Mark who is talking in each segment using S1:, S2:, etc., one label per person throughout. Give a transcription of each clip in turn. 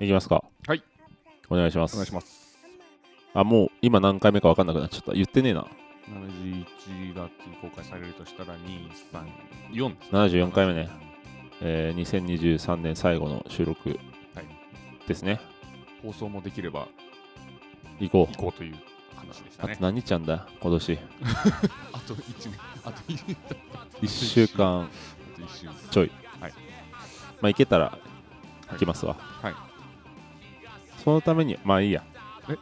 S1: いきますか。
S2: はい。
S1: お願いします。
S2: お願いします。
S1: あ、もう今何回目か分かんなくなっちゃった。言ってねえな。
S2: 71月に公開されるとしたら234ですね
S1: 74回目ね。えー、2023年最後の収録
S2: はい
S1: ですね。
S2: 放送もできれば
S1: 行こう
S2: 行。こうという話でした
S1: あ
S2: ね
S1: と。何日あんだ今年。
S2: あと1年、あと1年、
S1: 1週間。
S2: あと1週です。
S1: ちょい。
S2: はい
S1: まあ、行けたら行きますわ。
S2: はい。
S1: そのために、まあいいや。
S2: え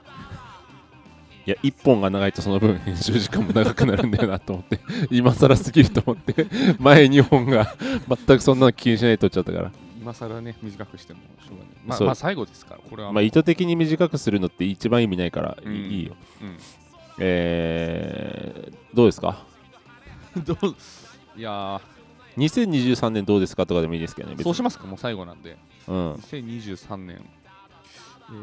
S1: いや、1本が長いとその分編集時間も長くなるんだよなと思って、今更すぎると思って、前2本が全くそんなの気にしないで撮っちゃったから。
S2: 今更ね、短くしてもしょうがない。まあ、
S1: そう
S2: まあ、最後ですから、これは
S1: まあ、意図的に短くするのって一番意味ないからいい,、
S2: うん
S1: よ。
S2: う
S1: えー、どうですか
S2: ん、どういや
S1: ?2023 年どうですかとかでもいいですけどね。
S2: ー、
S1: 別に
S2: そうしますか、もう最後なんで。
S1: うん。
S2: 2023年、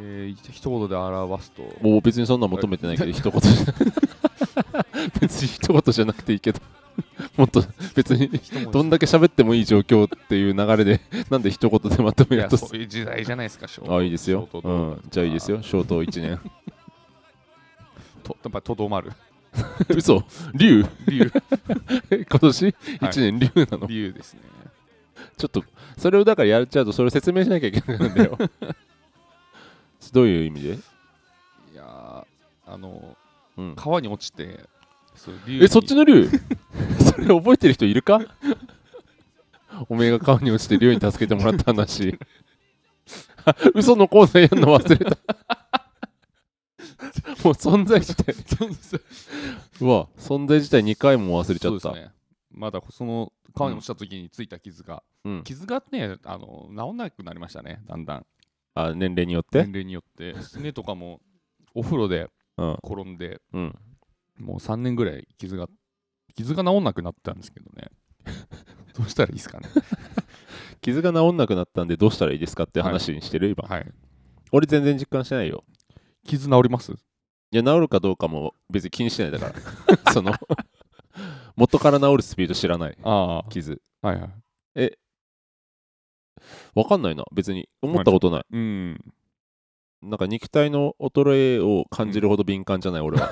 S2: えー、一言で表すと、
S1: もう別にそんな求めてないけど、一言じゃ 別に一言じゃなくていいけど、 もっと別に
S2: 一文字
S1: どんだけ喋ってもいい状況っていう流れで、 なんで一言でまとめ
S2: い
S1: よう
S2: や、
S1: と
S2: そういう時代じゃないですか、ショート
S1: あ、いいですよ。
S2: ショート
S1: う
S2: 動画
S1: ん。じゃあいいですよ。消灯1年。
S2: とやっぱとどまる
S1: 嘘竜
S2: 理由
S1: 今年一年竜なの
S2: 理由ですね。
S1: ちょっと、それをだからやっちゃうと、それを説明しなきゃいけないんだよ。どういう意味で、
S2: いやー、あの、
S1: うん、
S2: 川に落ちて、そう理由
S1: え、そっち
S2: の
S1: の竜 それ覚えてる人いるかおめえが川に落ちて竜に助けてもらった話。 あ嘘のコーナーやるの忘れた。 もう存在自体、うわ、存在自体2回も忘れちゃった。
S2: ね、まだその川に落ちた時についた傷が、
S1: うん、
S2: 傷がね、あの治んなくなりましたね、だんだん。
S1: あ年齢によって
S2: 年、齢によって、すねとかもお風呂で
S1: うん
S2: 転んで、
S1: うん、
S2: もう3年ぐらい傷が、傷が治んなくなったんですけど ね。どうしたらいいですかね。
S1: 傷が治んなくなったんでどうしたらいいですかって話にしてる、今
S2: はい。
S1: 俺全然実感してないよ
S2: 傷治ります
S1: いや治るかどうかも別に気にしてないだから その元から治るスピード知らない
S2: あ
S1: 傷
S2: あ。はいはい。
S1: わかんないな別に思ったことない
S2: うん。
S1: なんか肉体の衰えを感じるほど敏感じゃない俺は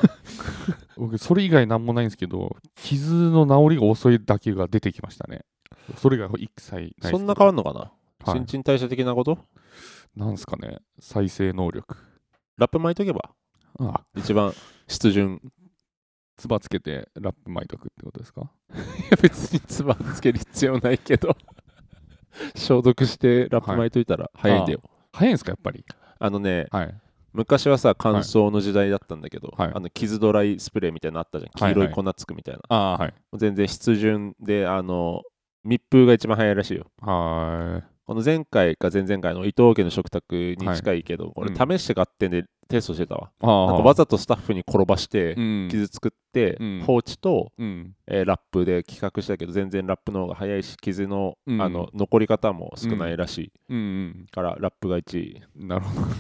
S2: 僕、それ以外なんもないんですけど、傷の治りが遅いだけが出てきましたね。それが一切ないです
S1: そんな変わんのかな
S2: はい
S1: 新陳代謝的なこと
S2: なんすかね。再生能力。
S1: ラップ巻いとけば
S2: ああ。
S1: 一 番湿潤
S2: つばつけてラップ巻いとくってことですか
S1: いや別につばつける必要ないけど 消毒してラップ巻いといたら早いんだよ、
S2: 早いんですか、やっぱり。
S1: あのね
S2: はい。
S1: 昔はさ乾燥の時代だったんだけど、
S2: はい
S1: あの傷ドライスプレーみたいなのあったじゃん黄色
S2: はいいはい
S1: 粉つくみたいな、
S2: ああ、はい。
S1: 全然湿潤であの密封が一番早いらしいよ
S2: は
S1: この前回か前々回の伊藤家の食卓に近いけど、
S2: い
S1: 俺試して買ってんでテストしてたわ、
S2: ーい。ああ
S1: なんかわざとスタッフに転ばして
S2: うん。
S1: 傷作って、
S2: うん
S1: 放置と、
S2: うん。
S1: えーラップで企画したけど全然ラップの方が早いし傷の,、
S2: うん
S1: あの残り方も少ないらしい
S2: うんうん。
S1: から、ラップが1位
S2: なるほど。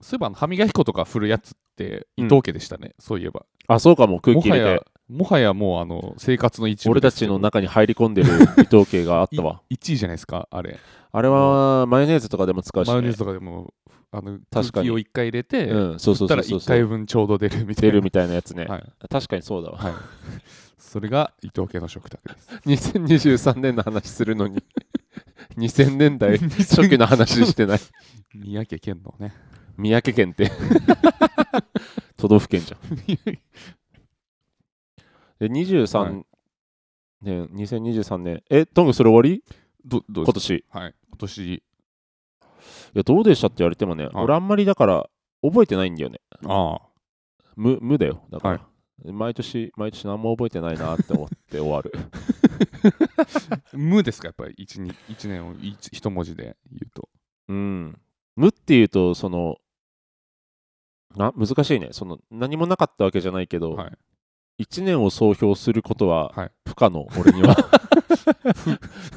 S2: そういえばあの歯磨き粉とか振るやつって伊藤家でしたね、そういえば。
S1: あそうかも空
S2: も
S1: 気
S2: は
S1: 入れ
S2: や
S1: て、
S2: もはやもうあの生活の一部
S1: 俺
S2: で
S1: た
S2: すけ
S1: ち
S2: ど
S1: の中に入り込んでる伊藤家があったわ
S2: 1位じゃない ですか、あれ。
S1: あれはマヨネーズとかでも使うし、ね、
S2: マヨネーズとかでも、あの
S1: か
S2: 空
S1: に
S2: 気を1回入れて、
S1: うん、そうそ
S2: 振っ
S1: う
S2: た
S1: そ
S2: ら
S1: うそう
S2: 1回分ちょうど出るみたい
S1: 出
S2: な。
S1: るみたいなやつね、
S2: はい。
S1: 確かにそうだわ
S2: はい。それが伊藤家の食卓です。
S1: 2023年の話するのに2000年代 初期の話してない
S2: 宮家県のね。
S1: 三宅県って 都道府県じゃんで
S2: は
S1: 23
S2: い
S1: 年、2023年えトングそれ終わり
S2: どどう
S1: 今
S2: です
S1: 年い
S2: かはい。今年、
S1: やどうでしたって言われてもね、
S2: はい
S1: 俺あんまりだから覚えてないんだよね
S2: ああ。
S1: 無無だよだから、
S2: は
S1: 毎年毎年何も覚えてないなって思って終わる
S2: 無ですか、やっぱり 1, 一年を一一文字で言うと。
S1: うん無っていうとそのな難しいねその何もなかったわけじゃないけど、
S2: はい。
S1: 1年を総評することは
S2: はい
S1: 不可能、俺に は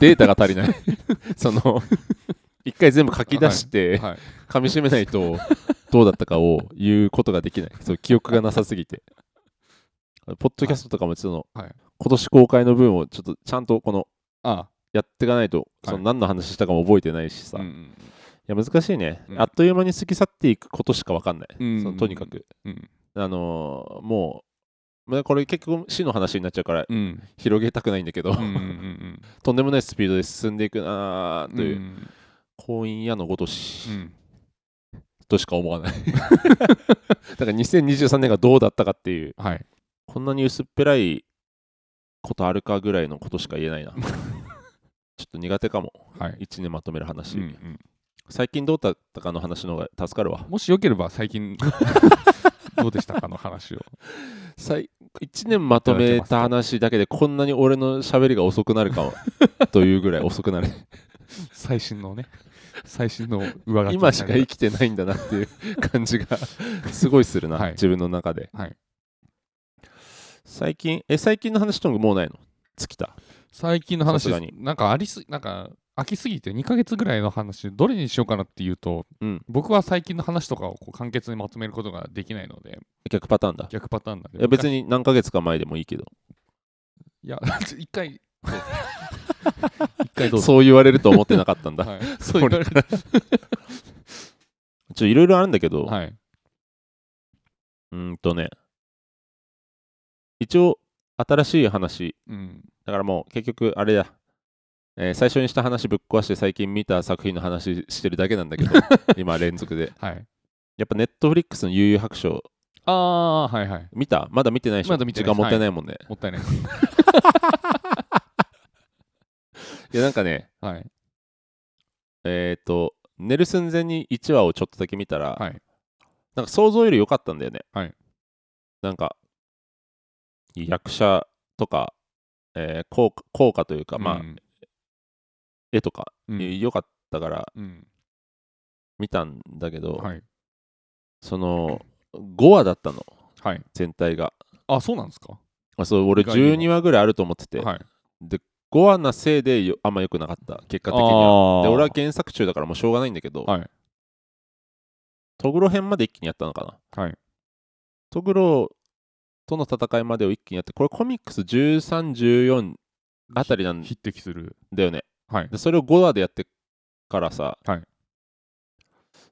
S1: データが足りないその一回全部書き出して、
S2: はい。
S1: 噛み締めないとどうだったかを言うことができないそう記憶がなさすぎてポッドキャストとかもその、
S2: はい
S1: 今年公開の分をちょっとちゃんとこの
S2: あ
S1: やっていかないと、
S2: い
S1: その何の話したかも覚えてないし
S2: あ。
S1: さ、
S2: うんうん
S1: や難しいね、
S2: うん
S1: あっという間に過ぎ去っていくことしか分かんない、
S2: うん
S1: そのとにかく、
S2: うん
S1: あのーもう、まあ、これ結局死の話になっちゃうから
S2: うん
S1: 広げたくないんだけど、
S2: うんうん
S1: とんでもないスピードで進んでいくな
S2: う
S1: ー
S2: ん
S1: といううん婚姻やのごとし、
S2: うん
S1: としか思わない だから2023年がどうだったかっていう
S2: はい
S1: こんなに薄っぺらいことあるかぐらいのことしか言えない なちょっと苦手かも
S2: はい、
S1: 1年まとめる話、
S2: うんうん
S1: 最近どうだったかの話の方が助かるわ
S2: もしよければ最 近どうでしたかの話を
S1: 最1年まとめた話だけでこんなに俺の喋りが遅くなるかもという ぐらい遅くなる
S2: 最新のね最新の上書き
S1: 今しか生
S2: き
S1: きてないんだなっていう感じがすごいするな、
S2: はい
S1: 自分の中で
S2: はい
S1: 最近え最近の話とももうないの尽きた
S2: 最近の話で
S1: さすが
S2: す
S1: に
S2: なんかありすなんか飽きすぎて2ヶ月ぐらいの話どれにしようかなっていうと、
S1: うん
S2: 僕は最近の話とかをこう簡潔にまとめることができないので
S1: 逆パターンだ
S2: 逆パターンなんで
S1: いや別
S2: に
S1: に何ヶ月か前でもいいけど
S2: いや 一回一回どうぞ
S1: そう言われると思ってなかったんだ
S2: はい、そう言われた
S1: ちょいろいろあるんだけど、
S2: はい、
S1: うーんとね一応新しい話
S2: うん、
S1: だからもう結局あれだ、えー最初にした話ぶっ壊して最近見た作品の話してるだけなんだけど 今連続で
S2: はい
S1: やっぱネットフリックスの悠々白書
S2: ああはいはい
S1: 見たまだ見てないでしょ
S2: まだ見てな
S1: 時
S2: い
S1: 間もったいないもんね、
S2: もったいないです
S1: い、やなんかね
S2: はい
S1: えっ、と寝る寸前に1話をちょっとだけ見たら、
S2: はい
S1: なんか想像より良かったんだよね、
S2: はい
S1: なんか役者とか、えー効果効果というか、まあ
S2: うん
S1: 絵とか
S2: う
S1: 良、
S2: ん
S1: かったから
S2: うん
S1: 見たんだけど、
S2: はい
S1: その5話だったの
S2: はい
S1: 全体が
S2: あそうなんですか
S1: あそう俺
S2: 意外にも
S1: 12話ぐらいあると思ってて、
S2: はい
S1: 5話なせいでよあんま良くなかった結果的には
S2: あー
S1: で俺は原作中だからもうしょうがないんだけど、
S2: はい
S1: トグロ編まで一気にやったのかな
S2: はい
S1: トグロとの戦いまでを一気にやってこれコミックス1314あたりなん
S2: 匹敵する
S1: だよね
S2: はい
S1: でそれを5話でやってからさ、
S2: はい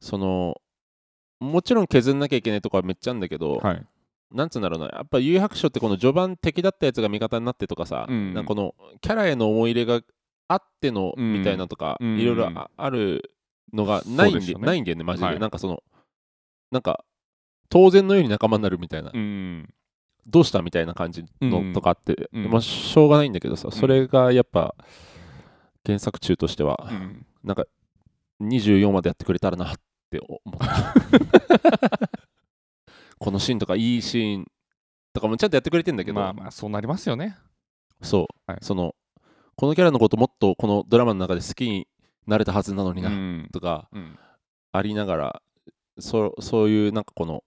S1: そのもちろん削んなきゃいけないとこはめっちゃあるんだけど、
S2: はい
S1: なんつうんだろうなやっぱ有白書ってこの序盤敵だったやつが味方になってとかさ、
S2: うん
S1: なんかこのキャラへの思い入れがあっての
S2: うん
S1: みたいなとか、
S2: うん
S1: いろいろああるのがないん
S2: そ
S1: で
S2: うですよね
S1: ないんだよねマジで、
S2: はい
S1: なんかそのなんか当然のように仲間になるみたいな、
S2: うん
S1: どうしたみたいな感じ
S2: うん
S1: のとかあって、
S2: うん
S1: まあ、しょうがないんだけどさ、それがやっぱ原作中としては
S2: う、ん
S1: なんか24までやってくれたらなって思 ったこのシーンとかいいシーンとかもちゃんとやってくれてんだけど、
S2: まあまあそうなりますよね
S1: そう、
S2: はい
S1: そのこのキャラのこともっとこのドラマの中で好きになれたはずなのにな、
S2: うん
S1: とか
S2: うん
S1: ありながらそそういうなんかこの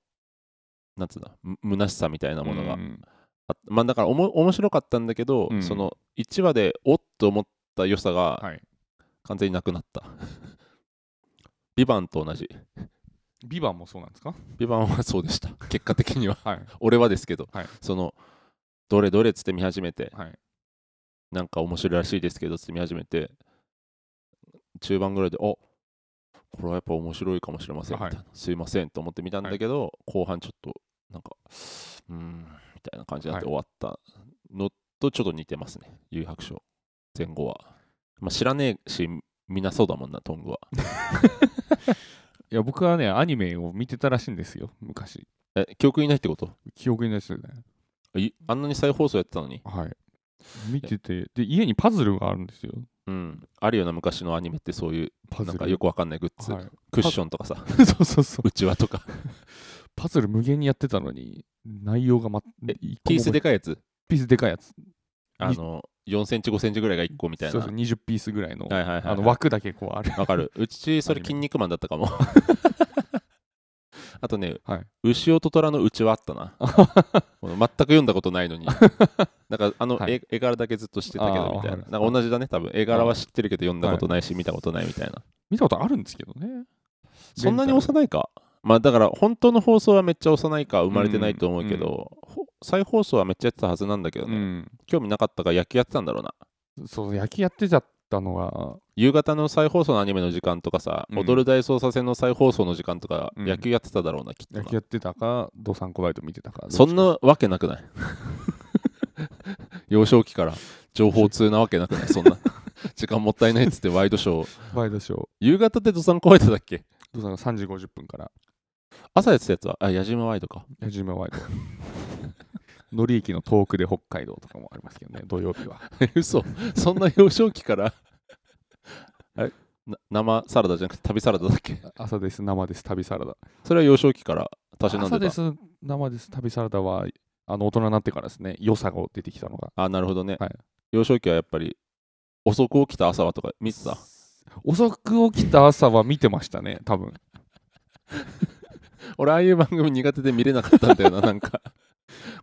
S1: なんつうんだむ虚しさみたいなものが
S2: うん
S1: あまあだからおも面白かったんだけど、
S2: うん
S1: その1話でおっと思った良さが
S2: はい
S1: 完全になくなった 「ビバンと同じ
S2: ビバンもそうなんですか
S1: 「ビバンはそうでした 結果的には
S2: はい
S1: 俺はですけど、
S2: はい
S1: そのどれどれっつって見始めて
S2: はい
S1: なんか面白いらしいですけどっつって見始めて中盤ぐらいで「おこれはやっぱ面白いかもしれません」み
S2: は
S1: た
S2: い
S1: いな、すいません」と思って見たんだけど、後半ちょっとなんかうーんみたいな感じになって終わったのとちょっと似てますね「誘白書」前後は、まあ、知らねえしみんなそうだもんなトングはい
S2: や僕はねアニメを見てたらしいんですよ昔
S1: え記憶にないってこと
S2: 記憶にないですよね
S1: いあんなに再放送やってたのに
S2: はい見ててで家にパズルがあるんですよ
S1: うんあるよな昔のアニメってそういう
S2: パズ
S1: なん
S2: ル
S1: かよくわかんないグッズ、
S2: はい、
S1: クッションとかさ
S2: そうそうそう
S1: うちわとか
S2: パズル無限にやってたのに内容がま
S1: え
S2: 一個も
S1: ピースでかいやつ
S2: ピースでかいやつ
S1: あの4センチ5センチぐらいが1個みたい
S2: そ
S1: な
S2: うそう20ピースぐらいの,、
S1: はいはいはいはい
S2: あの枠だけこうある
S1: わかるうちそれ
S2: アニメ
S1: 筋肉マンだったかも あとね、
S2: はい
S1: 牛音虎のうちはあった なこの全く読んだことないのになんかあの
S2: はい
S1: 絵,、絵柄だけずっと知ってたけ
S2: あー
S1: どみたいな
S2: わかる
S1: なんか同じだね多分絵柄は知ってるけど読んだことないし、見たことないみたいな
S2: 見たことあるんですけどね
S1: そんなに
S2: レンタル
S1: 幼いかまあだから本当の放送はめっちゃ幼いか生まれてないと思うけど、ほ再放送はめっちゃやってたはずなんだけどね、興味なかったから野球やってたんだろうな
S2: うんそう野球やってたったのが、
S1: 夕方の再放送のアニメの時間とかさ、
S2: うん
S1: 踊る大捜査線の再放送の時間とか、
S2: うん
S1: 野球やってただろうな、きっと
S2: 野
S1: な
S2: 球やってたか、ドサンコバイト見てたか。
S1: そんなわけなくない 幼少期から情報通なわけなくない そんな時間もったいないっつってワイドショー
S2: バイトショー、
S1: 夕方ってどさんこワイドだっけ
S2: ドサンコ3時50分から、
S1: 朝やってたやつはあ矢島ワイドか
S2: 矢島ワイド。乗り駅の遠くで北海道とかもありますけどね、土曜日は。
S1: え嘘そんな幼少期からあれな生サラダじゃなくて旅サラダだっけ
S2: 朝です、生です、旅サラダ。
S1: それは幼少期からたしなん
S2: 朝
S1: で
S2: で
S1: た
S2: す、生です、旅サラダは、あの大人になってからですね、良さが出てきたのが。
S1: あなるほどね、
S2: はい
S1: 幼少期はやっぱり遅く起きた朝はとか見てた
S2: 遅く起きた朝は見てましたね、多分
S1: 俺ああいう番組苦手で見れなかったんだよ ななんか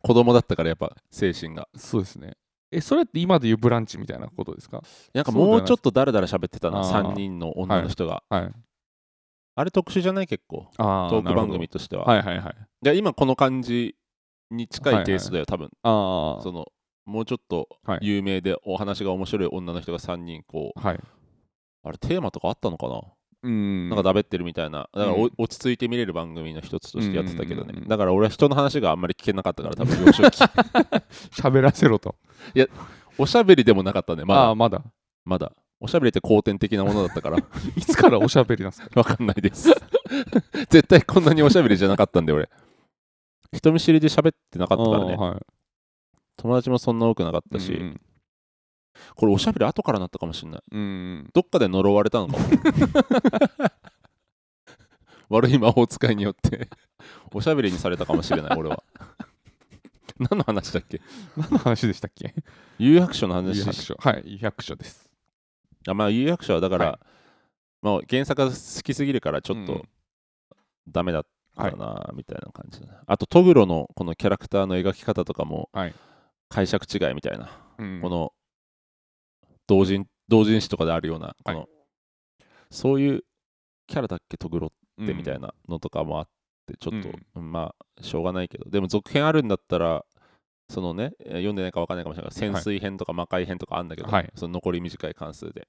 S1: 子供だったからやっぱ精神が
S2: そうですね。え、それって今で言うブランチみたいなことですか
S1: なんか
S2: そうだよ
S1: も
S2: ね
S1: うちょっとだらだら喋ってたな、
S2: あー
S1: 3人の女の人が。
S2: はい。
S1: あれ特殊じゃない結構、
S2: あ
S1: トーク番組としては。
S2: はいはいはい。
S1: で今この感じに近いテイストだよ、多分
S2: あ
S1: そのもうちょっと
S2: はい
S1: 有名でお話が面白い女の人が3人こう、
S2: あ。はい。
S1: あれテーマとかあったのかな、
S2: うん
S1: なんかだべってるみたいな、だからお
S2: うん
S1: 落ち着いて見れる番組の一つとしてやってたけど
S2: うんうんうん
S1: ね
S2: う、ん
S1: だから俺は人の話があんまり聞けなかったから、多分 幼少期
S2: 喋らせろと。
S1: おしゃべりでもなかったね、ま
S2: ああ
S1: だ
S2: ー、、まだ。
S1: まだ。おしゃべりって後天的なものだった から、
S2: いつからおしゃべりなんですか
S1: わかんないです。絶対こんなにおしゃべりじゃなかったんで、俺。人見知りで喋ってなかったから
S2: あ
S1: ね
S2: ー。はい
S1: 友達もそんな多くなかったし、
S2: うん
S1: これおしゃべり後からなったかもしれない。
S2: うんうん。
S1: どっかで呪われたの かも。悪い魔法使いによって、おしゃべりにされたかもしれない、俺は。何の話だっけ
S2: 何の話でしたっけ
S1: 有白書の
S2: 有
S1: 話
S2: 白書。はい、百書です。
S1: あまあ有白書はだから、
S2: は
S1: まあ、原作が好きすぎるからちょっ
S2: うんう
S1: と
S2: ん
S1: ダメだったなみたいな感じだな、あとトグロのこのキャラクターの描き方とかも
S2: はい
S1: 解釈違いみたいな、
S2: うん
S1: この同人同人誌とかであるようなこの、そういうキャラだっけトグロってみたい
S2: な。
S1: なのとかもあってちょっと、
S2: うん
S1: うんまあしょうがないけどでも続編あるんだったらそのねえー読んでないか分かんないかもしれないけど
S2: はい
S1: 潜水編とか魔界編とかあるんだけど、
S2: はい
S1: その残り短い関数で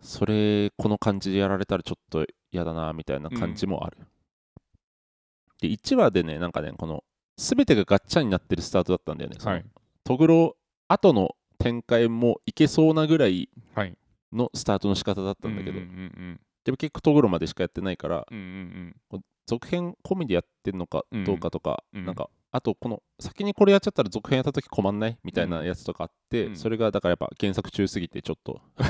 S1: それこの感じでやられたらちょっと嫌だなみたいな感じもある、で1話でねなんかねこの全てがガッチャになってるスタートだったんだよねその
S2: はい。
S1: トグロ後の展開もいけそうなぐらい
S2: はい。
S1: のスタートの仕方だったんだけど、
S2: うんうん
S1: でも結構トグロまでしかやってないから
S2: うんうんうん
S1: 続編込みでやってんのかどうかとか、
S2: うんうん
S1: なんかあとこの先にこれやっちゃったら続編やった時困んないみたいなやつとかあって、
S2: うん
S1: それがだからやっぱ原作中すぎてちょっと
S2: うん。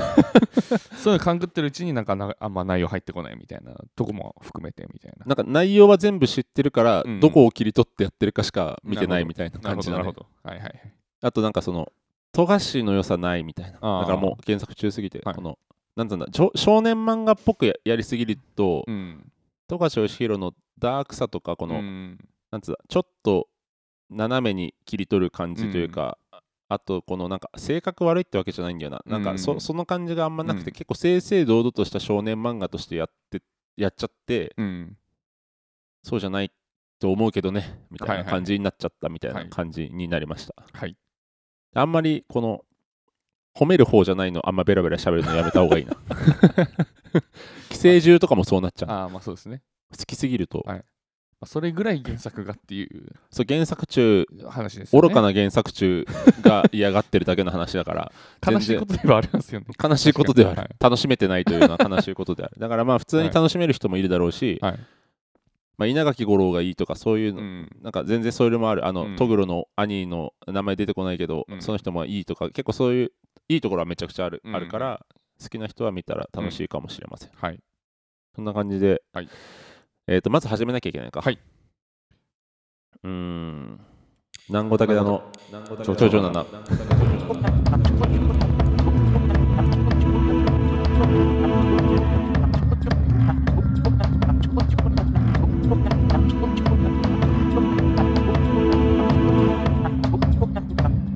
S2: そういうの勘ぐってるうちになんかなあんま内容入ってこないみたいなとこも含めてみたいな。
S1: なんか内容は全部知ってるから、
S2: うん
S1: どこを切り取ってやってるかしか見てないみたいな
S2: な
S1: 感
S2: るほ
S1: じ
S2: ど、
S1: だ
S2: な
S1: ね
S2: るほど。はいはいはい。
S1: あとなんかその富樫の良さないみたいなだ
S2: あー
S1: からもう原作中すぎて、
S2: はい
S1: このなんつうんだじょ少年漫画っぽくややりすぎると
S2: うん。
S1: 富樫義弘のダークさとかこの、
S2: うん
S1: なんつうのちょっと斜めに切り取る感じというか、あとこのなんか性格悪いってわけじゃないんだよな、なんか
S2: う
S1: そ
S2: ん
S1: その感じがあんまなくて、
S2: うん
S1: 結構正々堂々とした少年漫画としてやってやっちゃって
S2: うん。
S1: そうじゃないと思うけどねみたい
S2: はい
S1: な
S2: はい
S1: 感じになっちゃったみたい
S2: は
S1: ない感じになりました、
S2: はい。
S1: あんまりこの褒める方じゃないのあんまベラベラ喋るのやめた方がいい な寄生獣とかもそうなっちゃう
S2: ああ、まあそうですね。
S1: 好きすぎると、
S2: はいまあそれぐらい原作がっていう
S1: そう原作中
S2: 話ですよね。
S1: 愚かな原作中が嫌がってるだけの話だから
S2: 悲しいことではありますよね。
S1: 悲しいことではある、
S2: はい
S1: 楽しめてないというのは悲しいことであるだからまあ普通に楽しめる人もいるだろうし、
S2: はい。
S1: まあ、稲垣吾郎がいいとかそういう
S2: う
S1: の、
S2: ん。
S1: なんか全然それもあるあの、
S2: うん
S1: トグロの兄の名前出てこないけど、
S2: うん
S1: その人もいいとか結構そういういいところはめちゃくちゃある,、
S2: うん
S1: あるから好きな人は見たら楽しいかもしれません、
S2: はい。
S1: そんな感じで、
S2: はい
S1: えー、とまず始めなきゃいけないか
S2: はい、
S1: うーん南郷武田のちょちょちょなな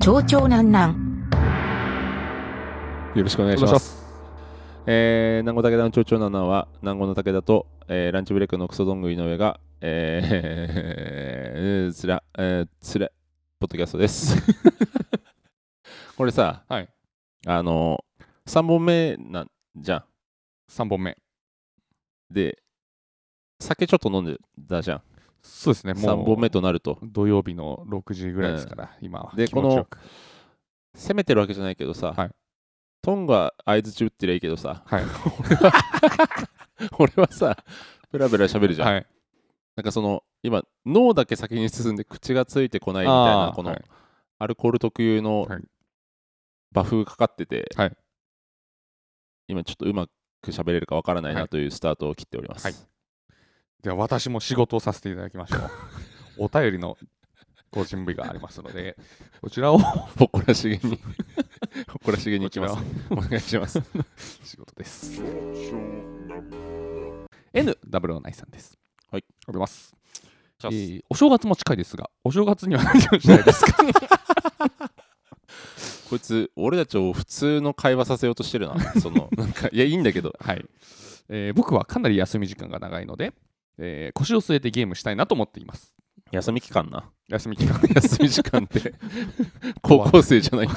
S3: 蝶々なんなん。
S1: よろしくお願いしますえー、南郷武田の町長ナナは南郷の武田と、えーランチブレイクのクソどんぐりの上が、えー、 つら、 えー、つら、ポッドキャストです。これさ、
S2: はい
S1: あの3本目なんじゃん
S2: 3本目。
S1: で酒ちょっと飲んでたじゃん
S2: そうですね、もう
S1: 3本目となると
S2: 土曜日の6時ぐらいですから、今は。
S1: で
S2: 気持ちよく
S1: 攻めてるわけじゃないけどさ、
S2: はい
S1: トンが相づち打ってりゃいいけどさ
S2: はい。
S1: 俺はさブラブラ喋るじゃん、
S2: はい。
S1: なんかその今脳だけ先に進んで口がついてこないみたい
S2: あ
S1: な
S2: ー
S1: この
S2: はい
S1: アルコール特有の
S2: はい
S1: バフかかってて、
S2: はい
S1: 今ちょっとうまく喋れるかわからない
S2: は
S1: ないというスタートを切っております、
S2: はいでは私も仕事をさせていただき ましょう。お便りのご準備がありますので、こちらを、
S1: 誇らしげ に誇らしげにい
S2: こ
S1: き
S2: ち
S1: ま
S2: ら
S1: す
S2: を
S1: お願いします
S2: 仕事です。N009 さんです。
S1: はい。
S2: おります。えーお正月も近いですが、お正月には何をしないですか
S1: こいつ俺たちを普通の会話させようとしてるなそ のなんかいやいいんだけど
S2: はい、えー僕はかなり休み時間が長いので、えー腰を据えてゲームしたいなと思っています。
S1: 休み期間な
S2: 休み期間
S1: 休み時間って高校生じゃないんだ、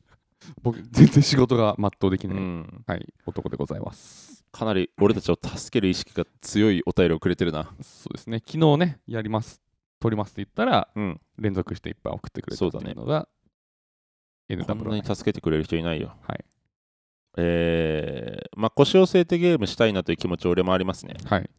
S2: 僕、全然仕事が全うでき
S1: う
S2: ない、
S1: ん、
S2: はい、男でございます。
S1: かなり俺たちを助ける意識が強いお便りをくれてるな
S2: そうですね、昨日ね、やります、撮りますって言ったら、
S1: うん
S2: 連続していっぱい送ってくれた
S1: そう
S2: って
S1: だね
S2: いうのが、N
S1: こ
S2: ダ
S1: ん
S2: ブ
S1: なに助けてくれる人いないよ
S2: はい
S1: えー、まあ腰を据えてゲームしたいなという気持ち俺もありますね
S2: はい。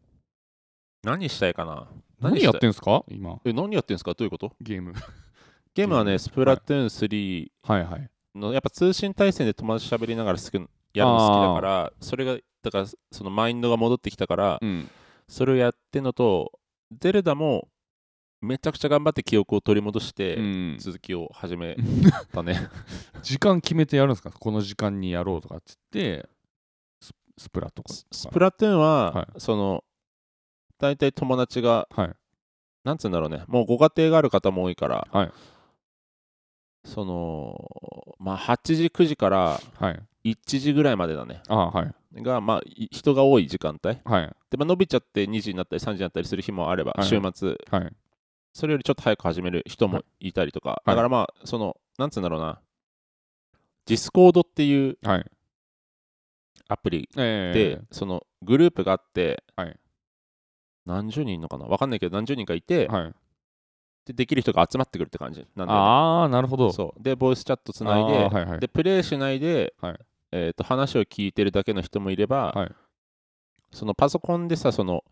S1: 何したいかな
S2: 何
S1: した
S2: や
S1: い
S2: ってんすか今、
S1: え何やってんですかどういうこと
S2: ゲーム。
S1: ゲームは
S2: ゲー
S1: ね
S2: ム
S1: スプラトゥーン3
S2: はいはい。
S1: のやっぱ通信対戦で友達と喋りながらすくやるの好きだからそれがだからそのマインドが戻ってきたから
S2: うん。
S1: それをやってんのとゼルダもめちゃくちゃ頑張って記憶を取り戻して、
S2: うん
S1: 続きを始めたね
S2: 時間決めてやるんですかこの時間にやろうとかっつって、ススプラとか。
S1: ススプラトゥーンは、
S2: は
S1: その大体友達が
S2: はい。
S1: なんつうんだろうねもうご家庭がある方も多いから、
S2: はい
S1: そのまあ8時9時から
S2: はい。
S1: 1時ぐらいまでだね
S2: ああ、はい。
S1: がまあい人が多い時間帯
S2: はい。
S1: で、まあ、伸びちゃって2時になったり3時になったりする日もあれば、
S2: はい
S1: 週末
S2: はい。
S1: それよりちょっと早く始める人もいたりとか、
S2: はい
S1: だからまあそのなんつうんだろうなディスコードっていう
S2: はい。
S1: アプリ
S2: え
S1: で、そのグループがあって、
S2: はい
S1: 何十人いんのかなわかんないけど何十人かいて、
S2: はい、
S1: でできる人が集まってくるって感じなんだよね
S2: ああ、なるほど。
S1: そうでボイスチャットつないで、
S2: あーはいはい
S1: でプレイしないで、
S2: はい
S1: えー、と話を聞いてるだけの人もいれば、
S2: はい
S1: そのパソコンでさその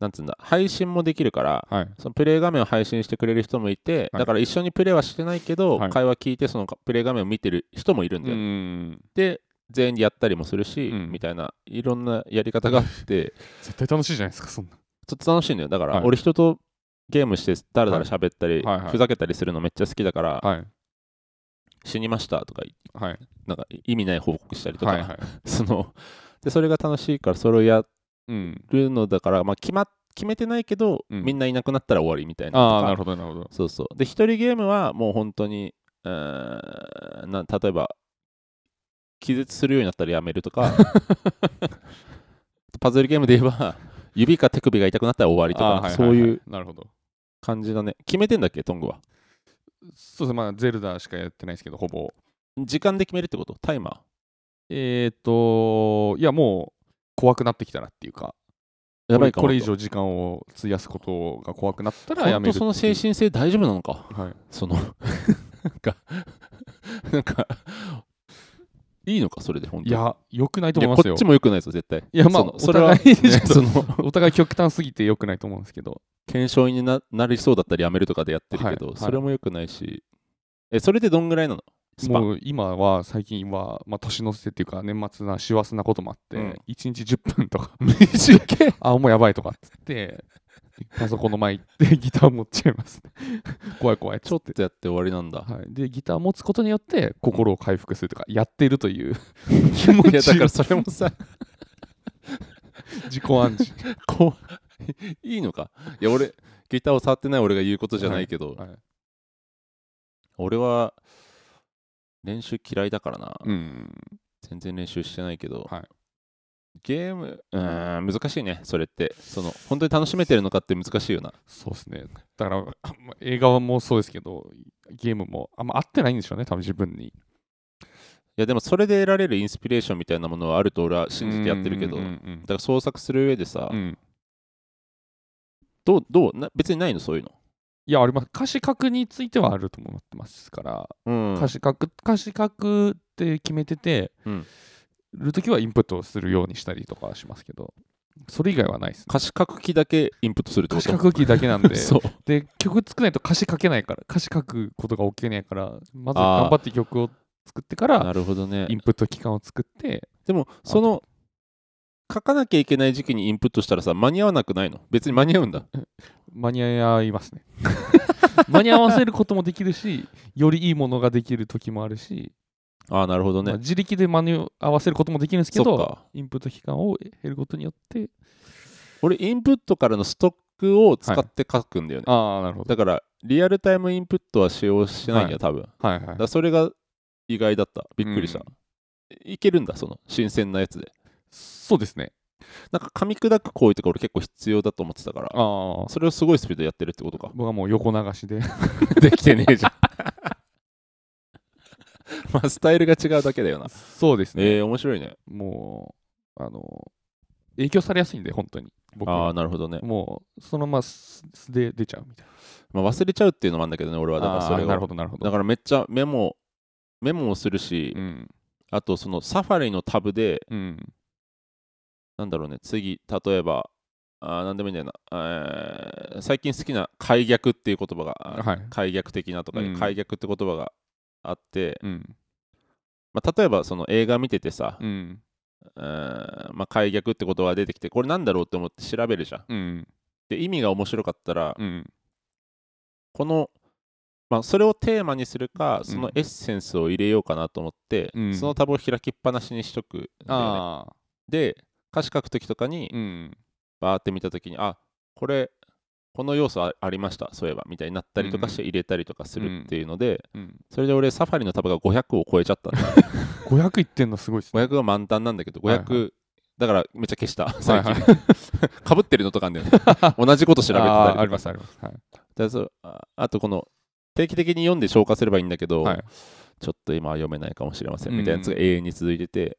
S1: なんつうんだ配信もできるから
S2: はい。
S1: そのプレイ画面を配信してくれる人もいて、
S2: はい
S1: だから一緒にプレイはしてないけど、
S2: はい
S1: 会話聞いてそのプレイ画面を見てる人もいるんだよ、
S2: ん。
S1: で全員でやったりもするし、
S2: うん
S1: みたいないろんなやり方があって
S2: 絶対楽しいじゃないですか、そんな。
S1: ちょっと楽しいのよだから、
S2: はい
S1: 俺人とゲームしてだらだら喋ったり、
S2: はいはいはい
S1: ふざけたりするのめっちゃ好きだから、
S2: はい。
S1: 死にましたとか言って
S2: はい。
S1: なんか意味ない報告したりとか、
S2: はい。はい。
S1: そのでそれが楽しいからそれをや
S2: うん。
S1: るのだから、まあ、決まっ決めてないけど、
S2: うん
S1: みんないなくなったら終わりみたいな
S2: あ
S1: と
S2: あ、
S1: か
S2: なるほど、なるほど。
S1: そうそうで一人ゲームはもう本当にうーんな例えば気絶するようになったらやめると かパズルゲームで言えば指か手首が痛くなったら終わりとか
S2: あーはい
S1: そう
S2: は
S1: いう
S2: はなるほど。
S1: 感じだね決めてんだっけトングは
S2: そうですね、まあ、ゼルダしかやってないですけど、ほぼ。
S1: 時間で決めるってことタイマー
S2: えっ、ー、と、いや、もう、怖くなってきたらっていうか、
S1: やばいか
S2: これこれ以上時間を費やすことが怖くなったらや
S1: 本
S2: める
S1: 当その精。神性大丈夫なのか
S2: はい。
S1: そのなんかなんかいいのかそれで本当
S2: い
S1: に
S2: や、良くないと
S1: いやこ
S2: 思いますよ。
S1: っちも良くないですよ絶対
S2: いや、まあ
S1: そ、のそれは、
S2: お互い、
S1: ねその
S2: お互い極端すぎて良くないと思うんですけど、
S1: 検証員にななりそうだったりやめるとかでやってるけど、
S2: はいはい
S1: それも良くないしえそれでどんぐらいなのスパン
S2: もう今は、最近は、まあ、年の瀬っていうか、年末な、師走なこともあって、
S1: うん
S2: 1日10分とか、
S1: 短い
S2: あ、もうやばいとかっつって、パソコンの前行って、 ギター持っちゃいます、 怖い怖いっつ
S1: ちょ
S2: っ。
S1: ってとやって終わりなんだ、
S2: はい、でギター持つことによって心を回復するとか、やっている という気持
S1: い、やだ
S2: ち
S1: からそれもさ
S2: 自己暗示、
S1: こう いいのかいや俺ギターを触ってない俺が言うことじゃないけど、
S2: はい
S1: 俺は練習嫌いだからな、
S2: うん、
S1: 全然練習してないけど、
S2: はい
S1: ゲームうーん難しいねそれってその本当に楽しめてるのかって難しいよな
S2: そうですねだからあんま映画はもうそうですけどゲームもあんま合ってないんでしょうね多分自分に
S1: やでもそれで得られるインスピレーションみたいなものはあると俺は信じてやってるけど、
S2: うんうん
S1: だ
S2: うん
S1: から創作する上でさ、
S2: うんうん
S1: どうどうな別にないのそういうの。
S2: いやあります歌詞書くについてはあると思ってますから、
S1: うん
S2: 歌詞書く歌詞書くって決めてて、
S1: うん
S2: るときはインプットをするようにしたりとかはしますけどそれ以外はないですね
S1: 歌詞書く気だけインプットするってこ
S2: 歌詞
S1: と
S2: 書く気だけなんで
S1: そう
S2: で曲作らないと歌詞書けないから歌詞書くことが起きないからまず
S1: あー
S2: 頑張って曲を作ってから
S1: なるほどね
S2: インプット期間を作って
S1: でもその書かなきゃいけない時期にインプットしたらさ間に合わなくないの別に間に合うんだ
S2: 間に合 いますね間に合わせることもできるしよりいいものができる時もあるし、
S1: ああなるほど
S2: まあ
S1: ね
S2: 自力で間に合わせることもできるんですけ
S1: そっ
S2: ど
S1: か
S2: インプット期間を減ることによって
S1: 俺インプットからのストックを使って書くんだよね、
S2: ああなるほど
S1: だからリアルタイムインプットは使用してないんだよ多分、
S2: はいはい
S1: だからそれが意外だったびっくりした、いけるんだその新鮮なやつで
S2: そうですね
S1: なんか噛み砕く行為とか俺結構必要だと思ってたから
S2: ああ
S1: それをすごいスピードでやってるってことか
S2: 僕はもう横流し で
S1: できてねえじゃん まあスタイルが違うだけだよな
S2: そうですね、
S1: えー、面白いね
S2: もうあの影響されやすいんで本当に僕は
S1: ああなるほどね、
S2: もうそのまます素で出ちゃうみたい
S1: まあ、忘れちゃうっていうのもあるんだけどね俺はだか
S2: な。
S1: らそれ
S2: な
S1: が
S2: るほどなるほど。
S1: だからめっちゃメモメモをするし、
S2: うん
S1: あとそのサファリのタブで
S2: うん
S1: なんだろうね次例えばあー何でもいいんだよな、えー最近好きな解逆っていう言葉が、
S2: はい。
S1: 解逆的なとか、
S2: うん
S1: 解逆って言葉があって、
S2: うん
S1: まあ、例えばその映画見ててさ、
S2: うん
S1: えーまあ、解逆って言葉が出てきてこれなんだろうって思って調べるじゃん
S2: うん
S1: で意味が面白かったら、
S2: うん
S1: この、まあ、それをテーマにするかその
S2: うん
S1: エッセンスを入れようかなと思って、
S2: うん
S1: そのタブを開きっぱなしにしとくんだよね、
S2: ああ
S1: で歌詞書くときとかに
S2: うん
S1: バーって見たときにあこれこの要素あありましたそういえばみたいになったりとかして
S2: う
S1: 入れたりとかするっていうので、
S2: うん。
S1: それで俺サファリのタブが500を超えちゃったん だ
S2: 五百いってんのすごいですね。
S1: 500が満タンなんだけど500、
S2: はい
S1: だからめっちゃ消した
S2: はい
S1: 最
S2: はい
S1: 近 かぶってるのとかあん だよね同じこと調べてた
S2: あーあ
S1: りとか
S2: りますあります。はい
S1: だそうああとこの定期的に読んで消化すればいいんだけど、
S2: はい
S1: ちょっと今は読めないかもしれません
S2: うん
S1: みたいなやつが永遠に続いてて、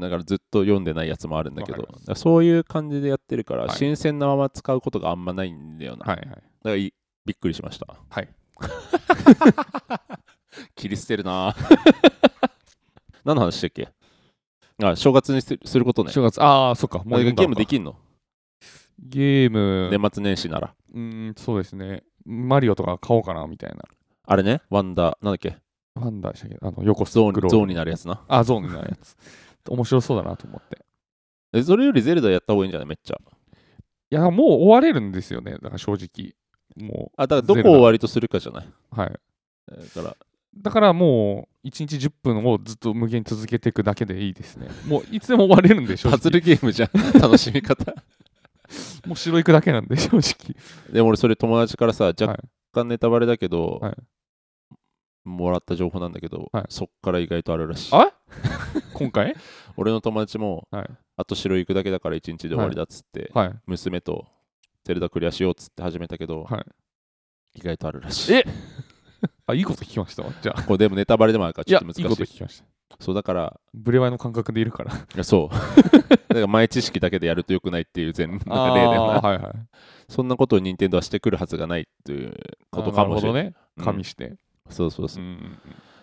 S1: だからずっと読んでないやつもあるんだけど、
S2: わ
S1: だ
S2: かります
S1: からそういう感じでやってるから、
S2: はい
S1: 新鮮なまま使うことがあんまないんだよな。
S2: はい
S1: だ
S2: は
S1: か
S2: い。
S1: らいびっくりしました。
S2: はい。
S1: 切り捨てるな ぁ何の話してっけあ正月にすすることね。
S2: 正月ああそっかも
S1: も
S2: う
S1: う
S2: 読
S1: ゲ
S2: んだ
S1: ー
S2: の
S1: ム
S2: か
S1: できんの、
S2: ゲーム
S1: 年末年始なら。
S2: うーんそうですねマリオとか買おうかなみたいな。
S1: あれね、ワンダー、なんだっけ、
S2: ファンダでしたっけあの横ス
S1: ゾー
S2: クロ
S1: ン
S2: ール
S1: ゾーンになるやつな。
S2: あゾーンになるやつ。 面白そうだなと思って。
S1: えそれよりゼルダやった方がいいんじゃないめっちゃ。
S2: いやもう終われるんですよねだから正直も
S1: あ、だからどこを割とするかじゃない。
S2: うはい。
S1: だから、
S2: だからもう1日10分をずっと無限に続けていくだけでいいですね。もういつでも終われるんでしょ
S1: パズルゲームじ ゃん、楽しみ方。
S2: もう白いくだけなんで正直。
S1: でも俺、それ友達からさ、
S2: は
S1: 若
S2: い
S1: 干ネタバレだけど、
S2: はい
S1: もらった情報なんだけど、
S2: はい
S1: そっから意外とあるらしい。
S2: あ今回
S1: 俺の友達も、
S2: はい
S1: あと白行くだけだから1日で終わりだっつって、
S2: はい。
S1: 娘とゼルダクリアしようっつって始めたけど、
S2: はい
S1: 意外とあるらしい。
S2: えあ、いいこと聞きましたわ。じゃあ。
S1: これでもネタバレでもあるから
S2: い
S1: ちょ
S2: や
S1: っと、難し
S2: いい
S1: い。
S2: こと聞きました。
S1: そうだから、
S2: ブレワイの感覚でいるから。
S1: いやそう。 だから前知識だけでやると良くないっていう前なんか例だよな
S2: あーはいはい。
S1: そんなことを任天堂はしてくるはずがないということかもしれない。
S2: あーなるほどね。加味して。
S1: うんそうそうそうう。
S2: ん
S1: だか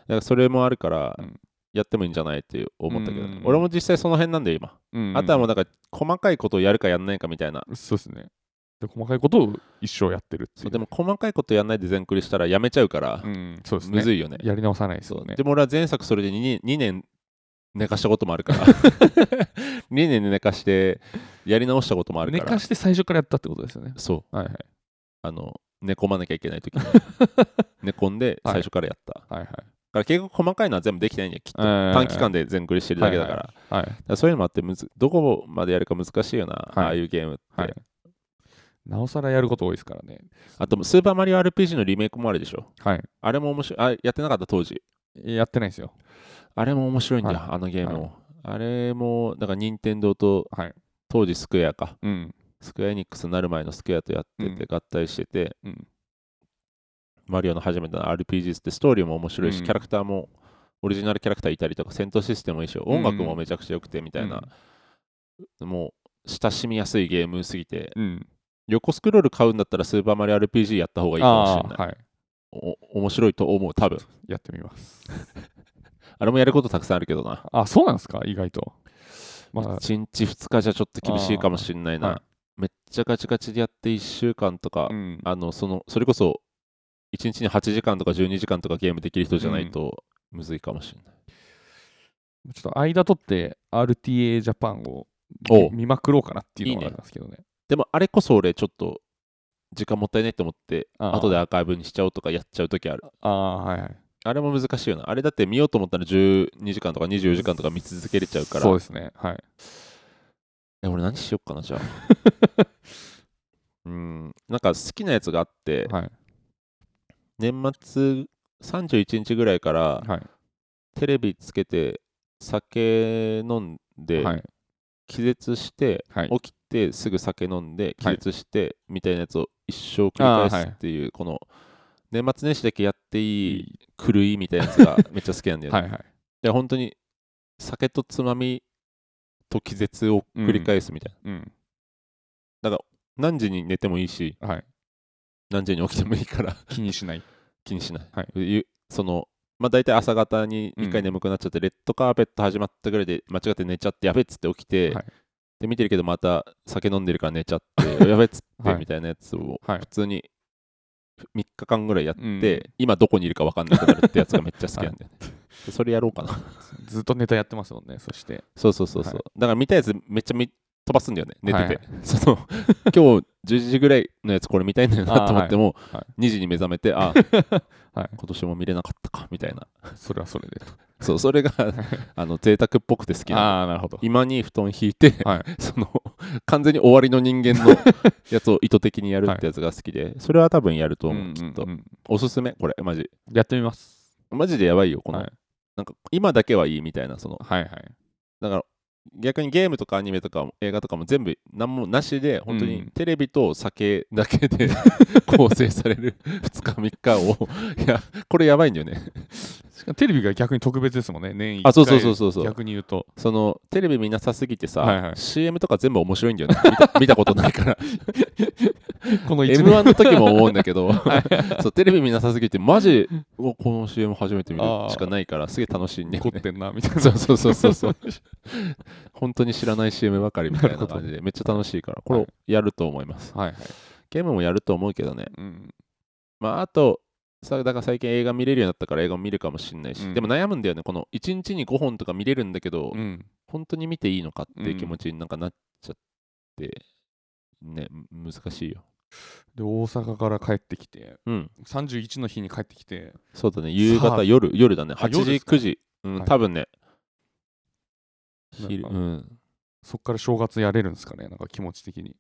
S1: らそれもあるから
S2: うん、
S1: やってもいいんじゃないって思ったけどね、
S2: うん
S1: 俺も実際その辺なんだよ、今。
S2: うん
S1: あとはもうだから、細かいことをやるかやんないかみたいな。
S2: そうですね。で細かいことを一生やってるってい。
S1: そううでも、細かいことやんないで全クリしたらやめちゃうから
S2: う、ん、そうですね。
S1: むずいよね。
S2: やり直さないです
S1: そ
S2: よ
S1: う
S2: ね
S1: で。も俺は前作それで 2, 2年寝かしたこともある から2年寝かしてやり直したこともあるか
S2: 寝
S1: ら
S2: かして最初からやったってことですよね。
S1: そう
S2: はいはい。
S1: あの寝込まなきゃいけない 時に寝込んで最初からやった、だ
S2: はいはい。
S1: から結局細かいのは全部できてないんだよきっと短
S2: 短
S1: 期間で全クリしてるだけだから,、
S2: はい。
S1: そういうのもあってむずどこまでやるか難しいよな、
S2: い
S1: ああいうゲームって、
S2: はい。なおさらやること多いですからね。
S1: あとスーパーマリオ RPG のリメイクもあるでしょ
S2: はい。
S1: あれも面白いあやってなかった当時
S2: やってないですよ。
S1: あれも面白いんだよ、
S2: は
S1: あのゲームも、あれもだから任天堂と
S2: はい。
S1: 当時スクエアか、
S2: うん。
S1: スクエアエニックスになる前のスクエアとやってて、合体してて、
S2: うん
S1: マリオの初めての RPGs ってストーリーも面白いし、
S2: うん
S1: キャラクターもオリジナルキャラクターいたりとか戦闘システムもいいし音楽もめちゃくちゃ良くてみたいな、もう親しみやすいゲームすぎて
S2: うん。
S1: 横スクロール買うんだったらスーパーマリオ RPG やった方がいいかもしれない、
S2: ああ、はい。
S1: お面白いと思う多分
S2: やってみます。
S1: あれもやることたくさんあるけどな
S2: あ、そうなんですか意外と。まあ、
S1: 1日2日じゃちょっと厳しいかもしんないな、
S2: あーは
S1: めっちゃガチガチでやって1週間とか、
S2: うん。
S1: あのそのそれこそ1日に8時間とか12時間とかゲームできる人じゃないとむずいかもしれない、
S2: ちょっと間取って RTA ジャパンを
S1: おう
S2: 見まくろうかなってい
S1: い
S2: うの
S1: い
S2: が
S1: ね
S2: あるんですけどね。
S1: でもあれこそ俺ちょっと時間もったいないと思って
S2: あー
S1: 後でアーカイブにしちゃおうとかやっちゃう時ある
S2: ああ、はいはい。
S1: あれも難しいよなあれだって見ようと思ったら12時間とか24時間とか見続けれちゃうから
S2: そうですね。はい。
S1: え俺何しよっかなじゃあ うんなんか好きなやつがあって
S2: はい。
S1: 年末31日ぐらいから
S2: はい。
S1: テレビつけて酒飲んで
S2: はい。
S1: 気絶して、
S2: はい
S1: 起きてすぐ酒飲んで気
S2: はい
S1: 絶してみたいなやつを一生繰り返すっていう、この年末年始だけやっていい狂いみたいなやつ がめっちゃ好きなんだよね。
S2: はいいはい。
S1: や本当に酒とつまみと気絶を繰り返すみたいな、
S2: うん。
S1: 何時に寝てもいいし
S2: はい。
S1: 何時に起きてもいいから
S2: 気にしない。
S1: 気にしない、
S2: はい
S1: ゆそのまあ、大体朝方に一回眠くなっちゃって、レッドカーペット始まったぐらいで間違って寝ちゃってやべっつって起きて、
S2: はい
S1: で見てるけどまた酒飲んでるから寝ちゃ ってやべっつって
S2: はい
S1: みたいなやつを
S2: はい
S1: 普。通に3日間ぐらいやって、
S2: うん
S1: 今どこにいるか分かんなくなるってやつがめっちゃ好きなん だよね、でそれやろうかな
S2: ずっとネタやってますもんね。そして。
S1: そうそうそうそう、
S2: はい
S1: だから見たやつめっちゃ見飛ばすんだよね寝てて、
S2: はい
S1: その今日10時ぐらいのやつこれ見たいんだよなと思っても、
S2: あーはい
S1: 2時に目覚めてあ
S2: はい。
S1: 今年も見れなかったかみたいな
S2: それはそれでと。
S1: そうそれ があの贅沢っぽくて好きなの
S2: あー、なるほど。
S1: 今に布団引いて、
S2: は
S1: その完全に終わりの人間 のやつを意図的にやるってやつが好きで、それは多分やると思う、
S2: うん
S1: きっと
S2: うんうん
S1: おすすめこれマジ
S2: やってみます。
S1: マジでやばいよこの、
S2: はい
S1: なんか今だけはいいみたいなその
S2: はいはい。
S1: だから逆にゲームとかアニメとかも映画とかも全部何もなしで本当
S2: う
S1: に
S2: ん
S1: テレビと酒だけ で構成される2日3日をいやこれやばいんだよね
S2: しかもテレビが逆に特別ですもんね。年一回
S1: あそうそうそうそうそう
S2: 逆に言うと。
S1: そのテレビ見なさすぎてさ、
S2: はいはい
S1: CM とか全部面白いんだよね見た 見たことない から
S2: この一
S1: m
S2: 年。
S1: 1の時も思うんだけ どそうテレビ見なさすぎてマジうわこの CM 初めて見る
S2: あー
S1: しかないからすげえ楽しいんだよ
S2: 怒っ
S1: ね
S2: てんな、みたいな。
S1: そうそうそうそうそう本当に知らない CM ばかりみたい
S2: な
S1: な
S2: るほど
S1: 感じでめっちゃ楽しいからこ
S2: は
S1: れ
S2: い
S1: やると思います
S2: はいはい。
S1: ゲームもやると思うけどね
S2: うん。
S1: まああとさだから最近映画見れるようになったから映画も見るかもしれないし、
S2: うん
S1: でも悩むんだよねこの1日に5本とか見れるんだけど、
S2: うん。
S1: 本当に見ていいのかっていう気持ちになんかなっちゃって、ねむ難しいよ
S2: で、大阪から帰ってきて、
S1: うん
S2: 31の日に帰ってきて、
S1: そうだね夕
S2: さ
S1: 方
S2: あ
S1: 夜夜だね
S2: あ
S1: 8
S2: 夜
S1: 時
S2: ですか
S1: 9時うん、
S2: はい
S1: 多分ね昼
S2: な
S1: うん
S2: か
S1: ん
S2: そっから正月やれるんですかね、なんか気持ち的に。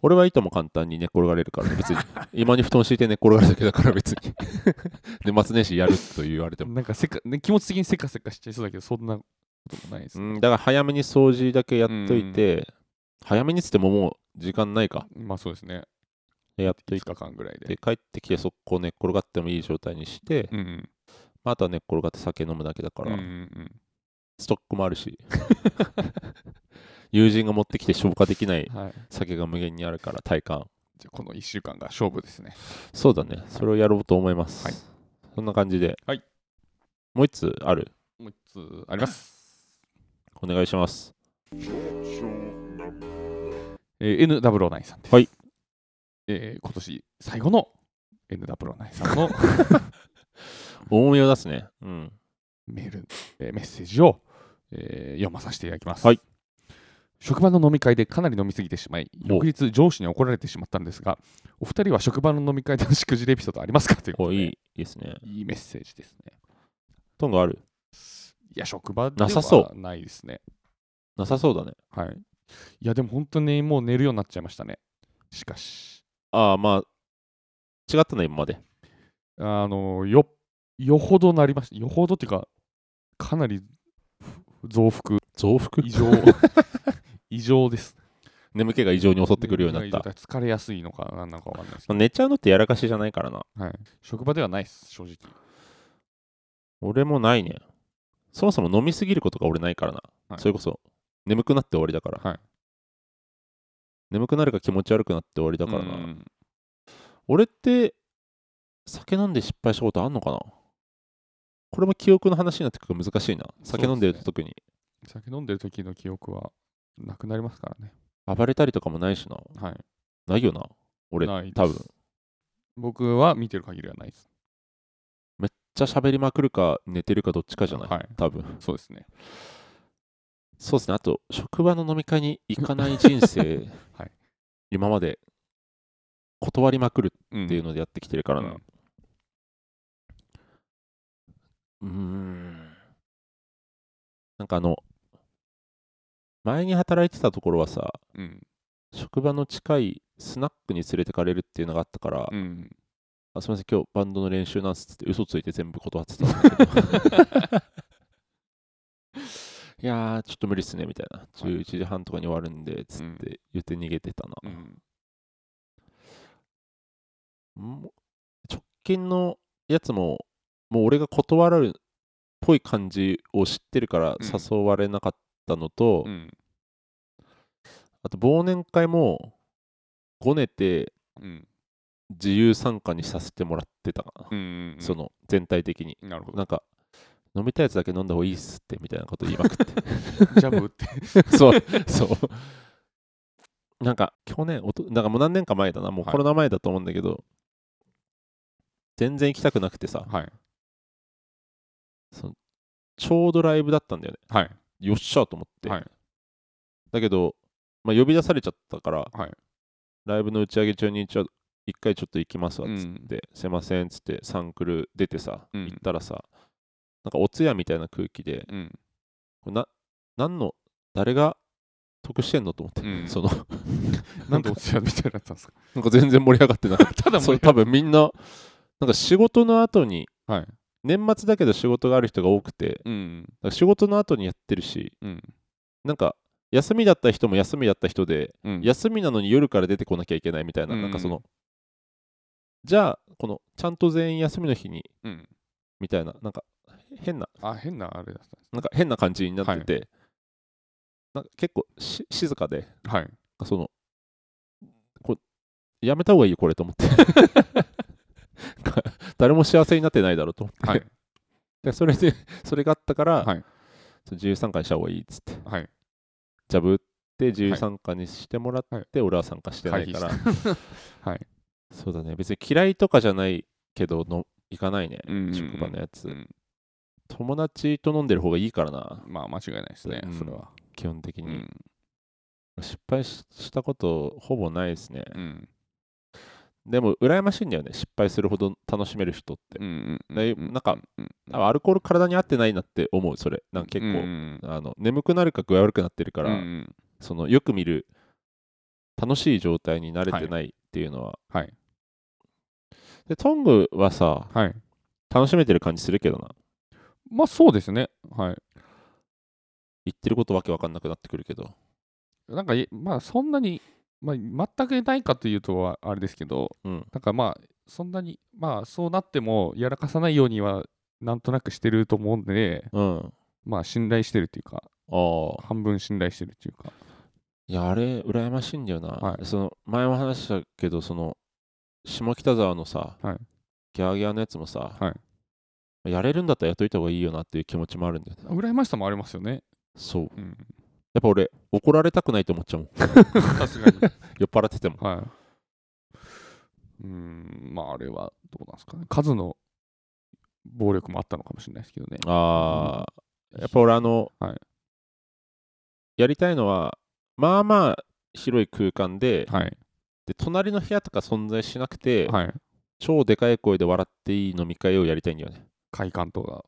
S1: 俺はいとも簡単に寝転がれるからね別 に今に布団敷いて寝転がるだけだから別に年末年始やると言われても
S2: なんかせか、ね、気持ち的にせかせかしちゃいそうだけど、そんなこともないです
S1: う
S2: ね。
S1: んだから早めに掃除だけやっといて早めにっつってももう時間ないか
S2: まあそうですね。
S1: やっとい
S2: 5日間ぐらいで。
S1: て帰ってきてそこ寝っ転がってもいい状態にして、
S2: うんうん。
S1: まあ、あとは寝っ転がって酒飲むだけだから、
S2: うんうんうん
S1: ストックもあるし 友人が持ってきて消化できない
S2: はい。
S1: 酒が無限にあるから体感
S2: じゃあこの1週間が勝負ですね。
S1: そうだねそれをやろうと思います、
S2: はい
S1: そんな感じで、
S2: はい
S1: もう一つある
S2: もう1つあります。
S1: お願いします
S2: えー、N009 さんです。
S1: はい
S2: えー今年最後の N009 さん の
S1: 重みを出すねうん
S2: メール、えーメッセージを、えー読まさせていただきます。
S1: はい
S2: 職場の飲み会でかなり飲みすぎてしまい、
S1: お
S2: 翌日上司に怒られてしまったんですが、お二人は職場の飲み会でのしくじりエピソードありますかということ
S1: お
S2: で
S1: いいいですね
S2: いいメッセージですね。
S1: トンがある
S2: いや、職場で
S1: なさそ
S2: はないですね。
S1: なさそうだね
S2: はい。いや、でも本当にもう寝るようになっちゃいましたね。しかし、
S1: ああまあ違ったね今まで
S2: あの、よ、よほどなりました。よほどっていうか、かなり増幅、
S1: 増幅
S2: 異常、異常です。
S1: 眠気が異常に襲ってくるようになっ
S2: 眠気が
S1: た
S2: 異常だ疲れやすいのか、なんなのかわかんないですけ
S1: まあ寝ちゃうのってやらかしじゃないからな
S2: ど。はい。職場ではないです、正直。
S1: 俺もないねそもそも飲みすぎることが俺ないからな、
S2: はい
S1: それこそ眠くなって終わりだから、
S2: はい
S1: 眠くなるか気持ち悪くなって終わりだからな、
S2: うん
S1: 俺って酒飲んで失敗したことあんのかなこれも記憶の話になってくるから難しいな酒飲んでると特に
S2: 酒飲んでる時の記憶はなくなりますからね。
S1: 暴れたりとかもないしな
S2: はい。
S1: ないよな俺めっ
S2: ないです
S1: 多分。
S2: 僕は見てる限りはないです。
S1: ちゃ喋りまくるか寝てるかどっちかじゃない、
S2: はい
S1: 多分
S2: そうですね。
S1: そうですねあと職場の飲み会に行かない人生、
S2: はい
S1: 今まで断りまくる
S2: うん
S1: っていうのでやってきてるからな
S2: うん
S1: うーんなんかあの前に働いてたところはさ
S2: うん。
S1: 職場の近いスナックに連れてかれるっていうのがあったから、
S2: うん。
S1: あすみません今日バンドの練習なんすっつって嘘ついて全部断ってたんだけどいやーちょっと無理っすねみたいな11時半とかに終わるんでつって言って逃げてたな、
S2: うん
S1: もう直近のやつももう俺が断られるっぽい感じを知ってるから
S2: うん
S1: 誘われなかったのと、
S2: うん。
S1: あと忘年会もごねて
S2: うん。
S1: 自由参加にさせてもらってたかな、
S2: うん。
S1: その全体的に
S2: なるほど。
S1: なんか飲みたいやつだけ飲んだ方がいいっすってみたいなこと言い まくって
S2: ジャブ打って。
S1: そうそうなんか去年おとなんかもう何年か前だなもう
S2: はい
S1: コロナ前だと思うんだけど、全然行きたくなくてさ
S2: はい。
S1: そのちょうどライブだったんだよね
S2: はい。
S1: よっしゃと思って、
S2: はい
S1: だけど、まあ、呼び出されちゃったから、
S2: はい
S1: ライブの打ち上げ中に一応一回ちょっと行きますわっつっ
S2: うん
S1: て、すいませんっつってサンクル出てさ、
S2: うん
S1: 行ったらさなんかお通夜みたいな空気で
S2: うん。
S1: これな何の誰が得してんのと思って、
S2: うん
S1: その
S2: なんでお通夜みたいになったんですか
S1: なんか全然盛り上が ってなか った
S2: だ
S1: そう多分みんななんか仕事の後に
S2: はい。
S1: 年末だけど仕事がある人が多くてだか
S2: うん。
S1: ら仕事の後にやってるし
S2: うん。
S1: なんか休みだった人も休みだった人で
S2: うん。
S1: 休みなのに夜から出てこなきゃいけないみたいな、
S2: うん
S1: なんかそのじゃあこのちゃんと全員休みの日に
S2: うん。
S1: みたいななんか変な
S2: あ、変なあれだったんです
S1: なんか変な感じになってて、なんか結構し静かで
S2: ね。 はい。
S1: なんかそのこうやめた方がいいよこれと思って なんか誰も幸せになってないだろうと思って、
S2: はい。
S1: でそれでそれがあったから、
S2: はい
S1: その自由参加にした方がいいっつって
S2: はい。
S1: ジャブって自由参加にしてもらって、
S2: はい
S1: 俺は参加してないから
S2: 回避した はい。
S1: そうだね別に嫌いとかじゃないけどの行かないね、
S2: うんうんうん
S1: 職場のやつ、
S2: うん
S1: 友達と飲んでる方がいいからな
S2: まあ、間違いないですね
S1: う。ん
S2: それは。
S1: 基本的
S2: う
S1: に、
S2: ん。
S1: 失敗ししたことほぼないですね、
S2: うん。
S1: でも羨ましいんだよね失敗するほど楽しめる人って、
S2: うん。う
S1: だいなんか、多分アルコール体に合ってないなって思うそれなんか結構、
S2: 構。
S1: あの眠くなるか具合悪くなってるから、
S2: うん
S1: そのよく見る楽しい状態に慣れてないっていうのは、
S2: はい。
S1: でトングはさ
S2: はい。
S1: 楽しめてる感じするけどな
S2: まあ、そうですね。はい。
S1: 言ってることわけわかんなくなってくるけど
S2: なんかい、まあ、そんなに、まあ、全くないかというとはあれですけど、
S1: うん
S2: なんかまあ、そんなに、まあ、そうなっても、やらかさないようには、なんとなくしてると思うんで、
S1: うんあ
S2: まあ、信頼してるっていうか、
S1: あ
S2: 半分信頼してるっていうか、
S1: いやあれ羨ましいんだよな、
S2: はい
S1: その前も話したけどその下北沢のさ、
S2: はい
S1: ギャーギャーのやつもさ、
S2: は
S1: やれるんだったらやっといた方がいいよなっていう気持ちもあるんだよね
S2: 羨ましさもありますよね。
S1: そう
S2: うん。
S1: やっぱ俺怒られたくないと思っちゃうもん
S2: さすがに。
S1: 酔っ払ってても
S2: はい。うん、まあ、あれはどうなんですかね。数の暴力もあったのかもしれないですけどね。
S1: ああやっぱ俺あの、
S2: はい
S1: やりたいのはまあまあ広い空間で,、
S2: はい。
S1: で隣の部屋とか存在しなくて、
S2: はい。
S1: 超でかい声で笑っていい飲み会をやりたいんだよね
S2: 快感とか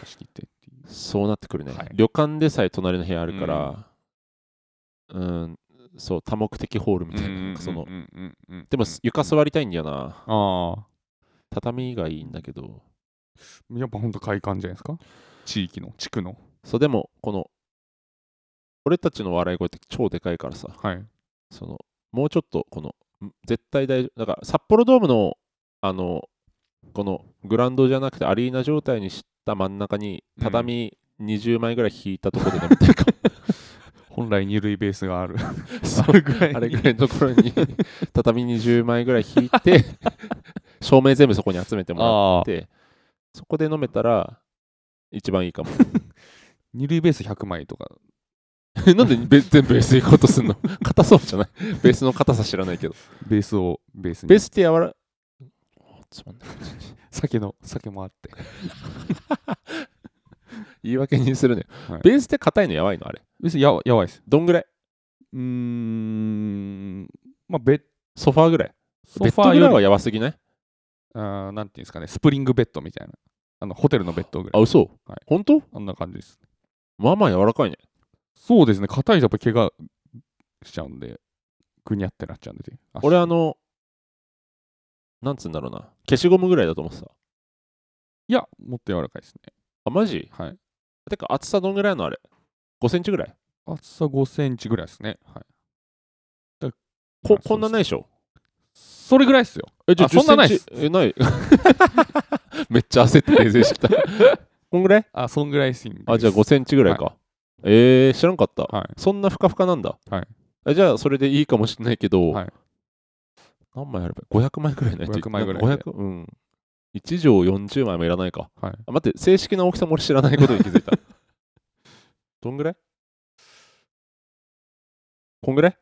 S2: 貸し切ってっていう。
S1: そうなってくるね、
S2: はい
S1: 旅館でさえ隣の部屋あるからうんそう多目的ホールみたいな,、なんかその
S2: うんうんうんうんうん
S1: でも床座りたいんだよな、
S2: ああ。
S1: 畳がいいんだけど
S2: やっぱほんと快感じゃないですか地域の地区の
S1: そうでもこの俺たちの笑い声って超でかいからさ
S2: はい
S1: そのもうちょっとこのん絶対大丈夫だから札幌ドームのあのこのグラウンドじゃなくてアリーナ状態にした真ん中に畳20枚ぐらい引いたところで飲みたいかも
S2: 本来二塁ベースがあ る。
S1: そう
S2: れぐら
S1: あれぐらいのところに畳20枚ぐらい引いて照明全部そこに集めてもらっ
S2: ああ。
S1: てそこで飲めたら一番いいかも
S2: 二塁ベース100枚とか。
S1: なんでべ全部ベース行こうとすんの硬そうじゃないベースの硬さ知らないけど
S2: ベースをベースに。
S1: ベースって柔らつまんない
S2: 酒の、酒もあって。
S1: 言い訳にするね、
S2: はい
S1: ベースって硬いのやばいのあれ
S2: ベースやばやばいです。
S1: どんぐらいう
S2: ーん。まあ、ベッ
S1: ソファーぐらい
S2: ソ
S1: ベッドぐらいはやばすぎない
S2: あーなんていうんですかね、スプリングベッドみたいな。あの、ホテルのベッドぐら
S1: あ
S2: い。
S1: 嘘、
S2: はい
S1: 本当
S2: あんな感じです。
S1: まあまあ柔らかいね
S2: そうですね、硬いとやっぱ怪我しちゃうんで、ぐにゃってなっちゃうんで。足
S1: 俺あ、のなんつうんだろうな消しゴムぐらいだと思ってた
S2: いや、もっと柔らかいですね。
S1: あマジ
S2: はい。
S1: てか厚さどんぐらいのあれ5センチぐらい
S2: 厚さ5センチぐらいですね。はい。だ
S1: ここんなない
S2: い
S1: でしょ
S2: それぐらいっすよ。
S1: えじゃあ
S2: あそんなないっ
S1: 10セン
S2: す
S1: チえない めっちゃ焦って訂正 してきたこんぐらい
S2: あ、そんぐらいっすんで
S1: あじゃあ
S2: す
S1: 5センチぐらいか、えー、知らんかった、
S2: はい。
S1: そんなふかふかなんだ、
S2: はい
S1: えじゃあそれでいいかもしれないけど、
S2: はい
S1: 何枚あれば500枚ぐらいないと
S2: 500枚ぐらいで
S1: 5 0うん1錠40枚もいらないか
S2: はい。
S1: あ待って正式な大きさも俺知らないことに気づい たどんぐらいこんぐらい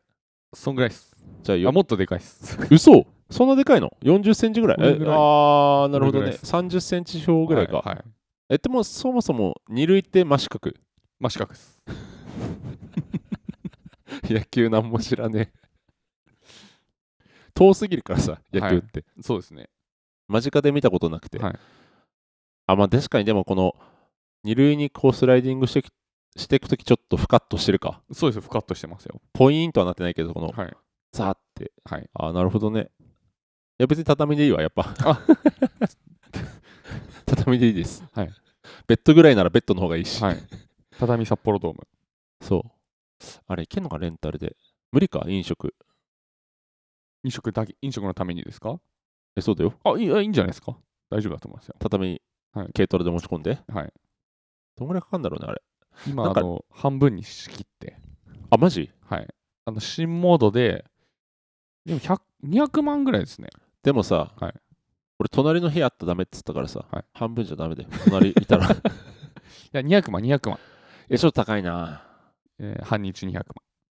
S2: そんぐらいっす。
S1: じゃあ
S2: あ、
S1: よ
S2: もっとでかいっす。
S1: 嘘そんなでかいの ?40 センチぐらい
S2: これぐ
S1: え
S2: らい
S1: あーなるほど
S2: これぐら
S1: ね
S2: いです
S1: 30センチ表ぐらいか、
S2: はい。はい
S1: えでもそもそも二塁って真四角
S2: まあ、四角っす。
S1: 野球なんも知らねえ遠すぎるからさ野球って、
S2: そうですね。
S1: 間近で見たことなくて、
S2: はい
S1: あまあ確かにでもこの二塁にこうスライディングしてきしていくときちょっとふかっとしてるか
S2: そうですよ、ふかっとしてますよ。
S1: ポインとはなってないけどこの
S2: はい。
S1: ザーって、
S2: はい
S1: ああなるほどねいや別に畳でいいわやっぱ
S2: あ
S1: 畳でいいです、
S2: はい
S1: ベッドぐらいならベッドの方がいいし、
S2: はい。畳札幌ドーム。
S1: そうあれいけんのかレンタルで無理か飲食
S2: 飲食だけ、飲食のためにですか
S1: えそうだよ
S2: あ、いいあいいんじゃないですか大丈夫だと思いますよ。
S1: 畳、
S2: はい
S1: 軽トラで持ち込んで
S2: はい。
S1: どんぐらいかかるんだろうねあれ
S2: 今、
S1: な
S2: あ
S1: んか
S2: の、半分に仕切って、
S1: あマジ
S2: はい。あの、新モードで、でも100、200万ぐらいですね。
S1: でもさ、
S2: はい
S1: 俺隣の部屋あったらダメって言ったからさ、
S2: はい
S1: 半分じゃダメだよ隣いた ら
S2: いや、200万、200万。
S1: えちょっと高いな
S2: えー半日200万。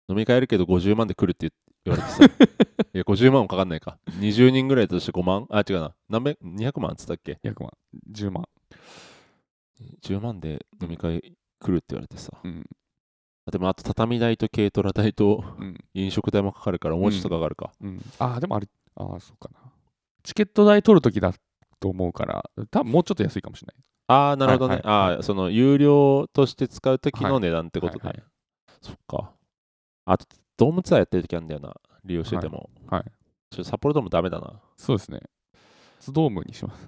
S1: 飲み会やるけど50万で来るって言われてさ いや50万もかかんないか20人ぐらいだとして5万あ違うな何百200万っつったっけ
S2: 200万。10万。
S1: 10万で飲み会来るって言われてさ
S2: うん。
S1: あでもあと畳代と軽トラ代と
S2: うん。
S1: 飲食代もかかるからもうちょっとかかるか、
S2: うん、ああ、でもあれ、ああ、そうかな。チケット代取るときだと思うから、多分もうちょっと安いかもしれない。
S1: ああなるほどね、
S2: はいはい
S1: ああその有料として使う時
S2: は
S1: の
S2: い
S1: 値段ってことね、
S2: はいは
S1: そっかあとドームツアーやってる時あるんだよな利用してても、
S2: はいはい
S1: ちょっと札幌ドームダメだな
S2: そうですね。ツドームにします。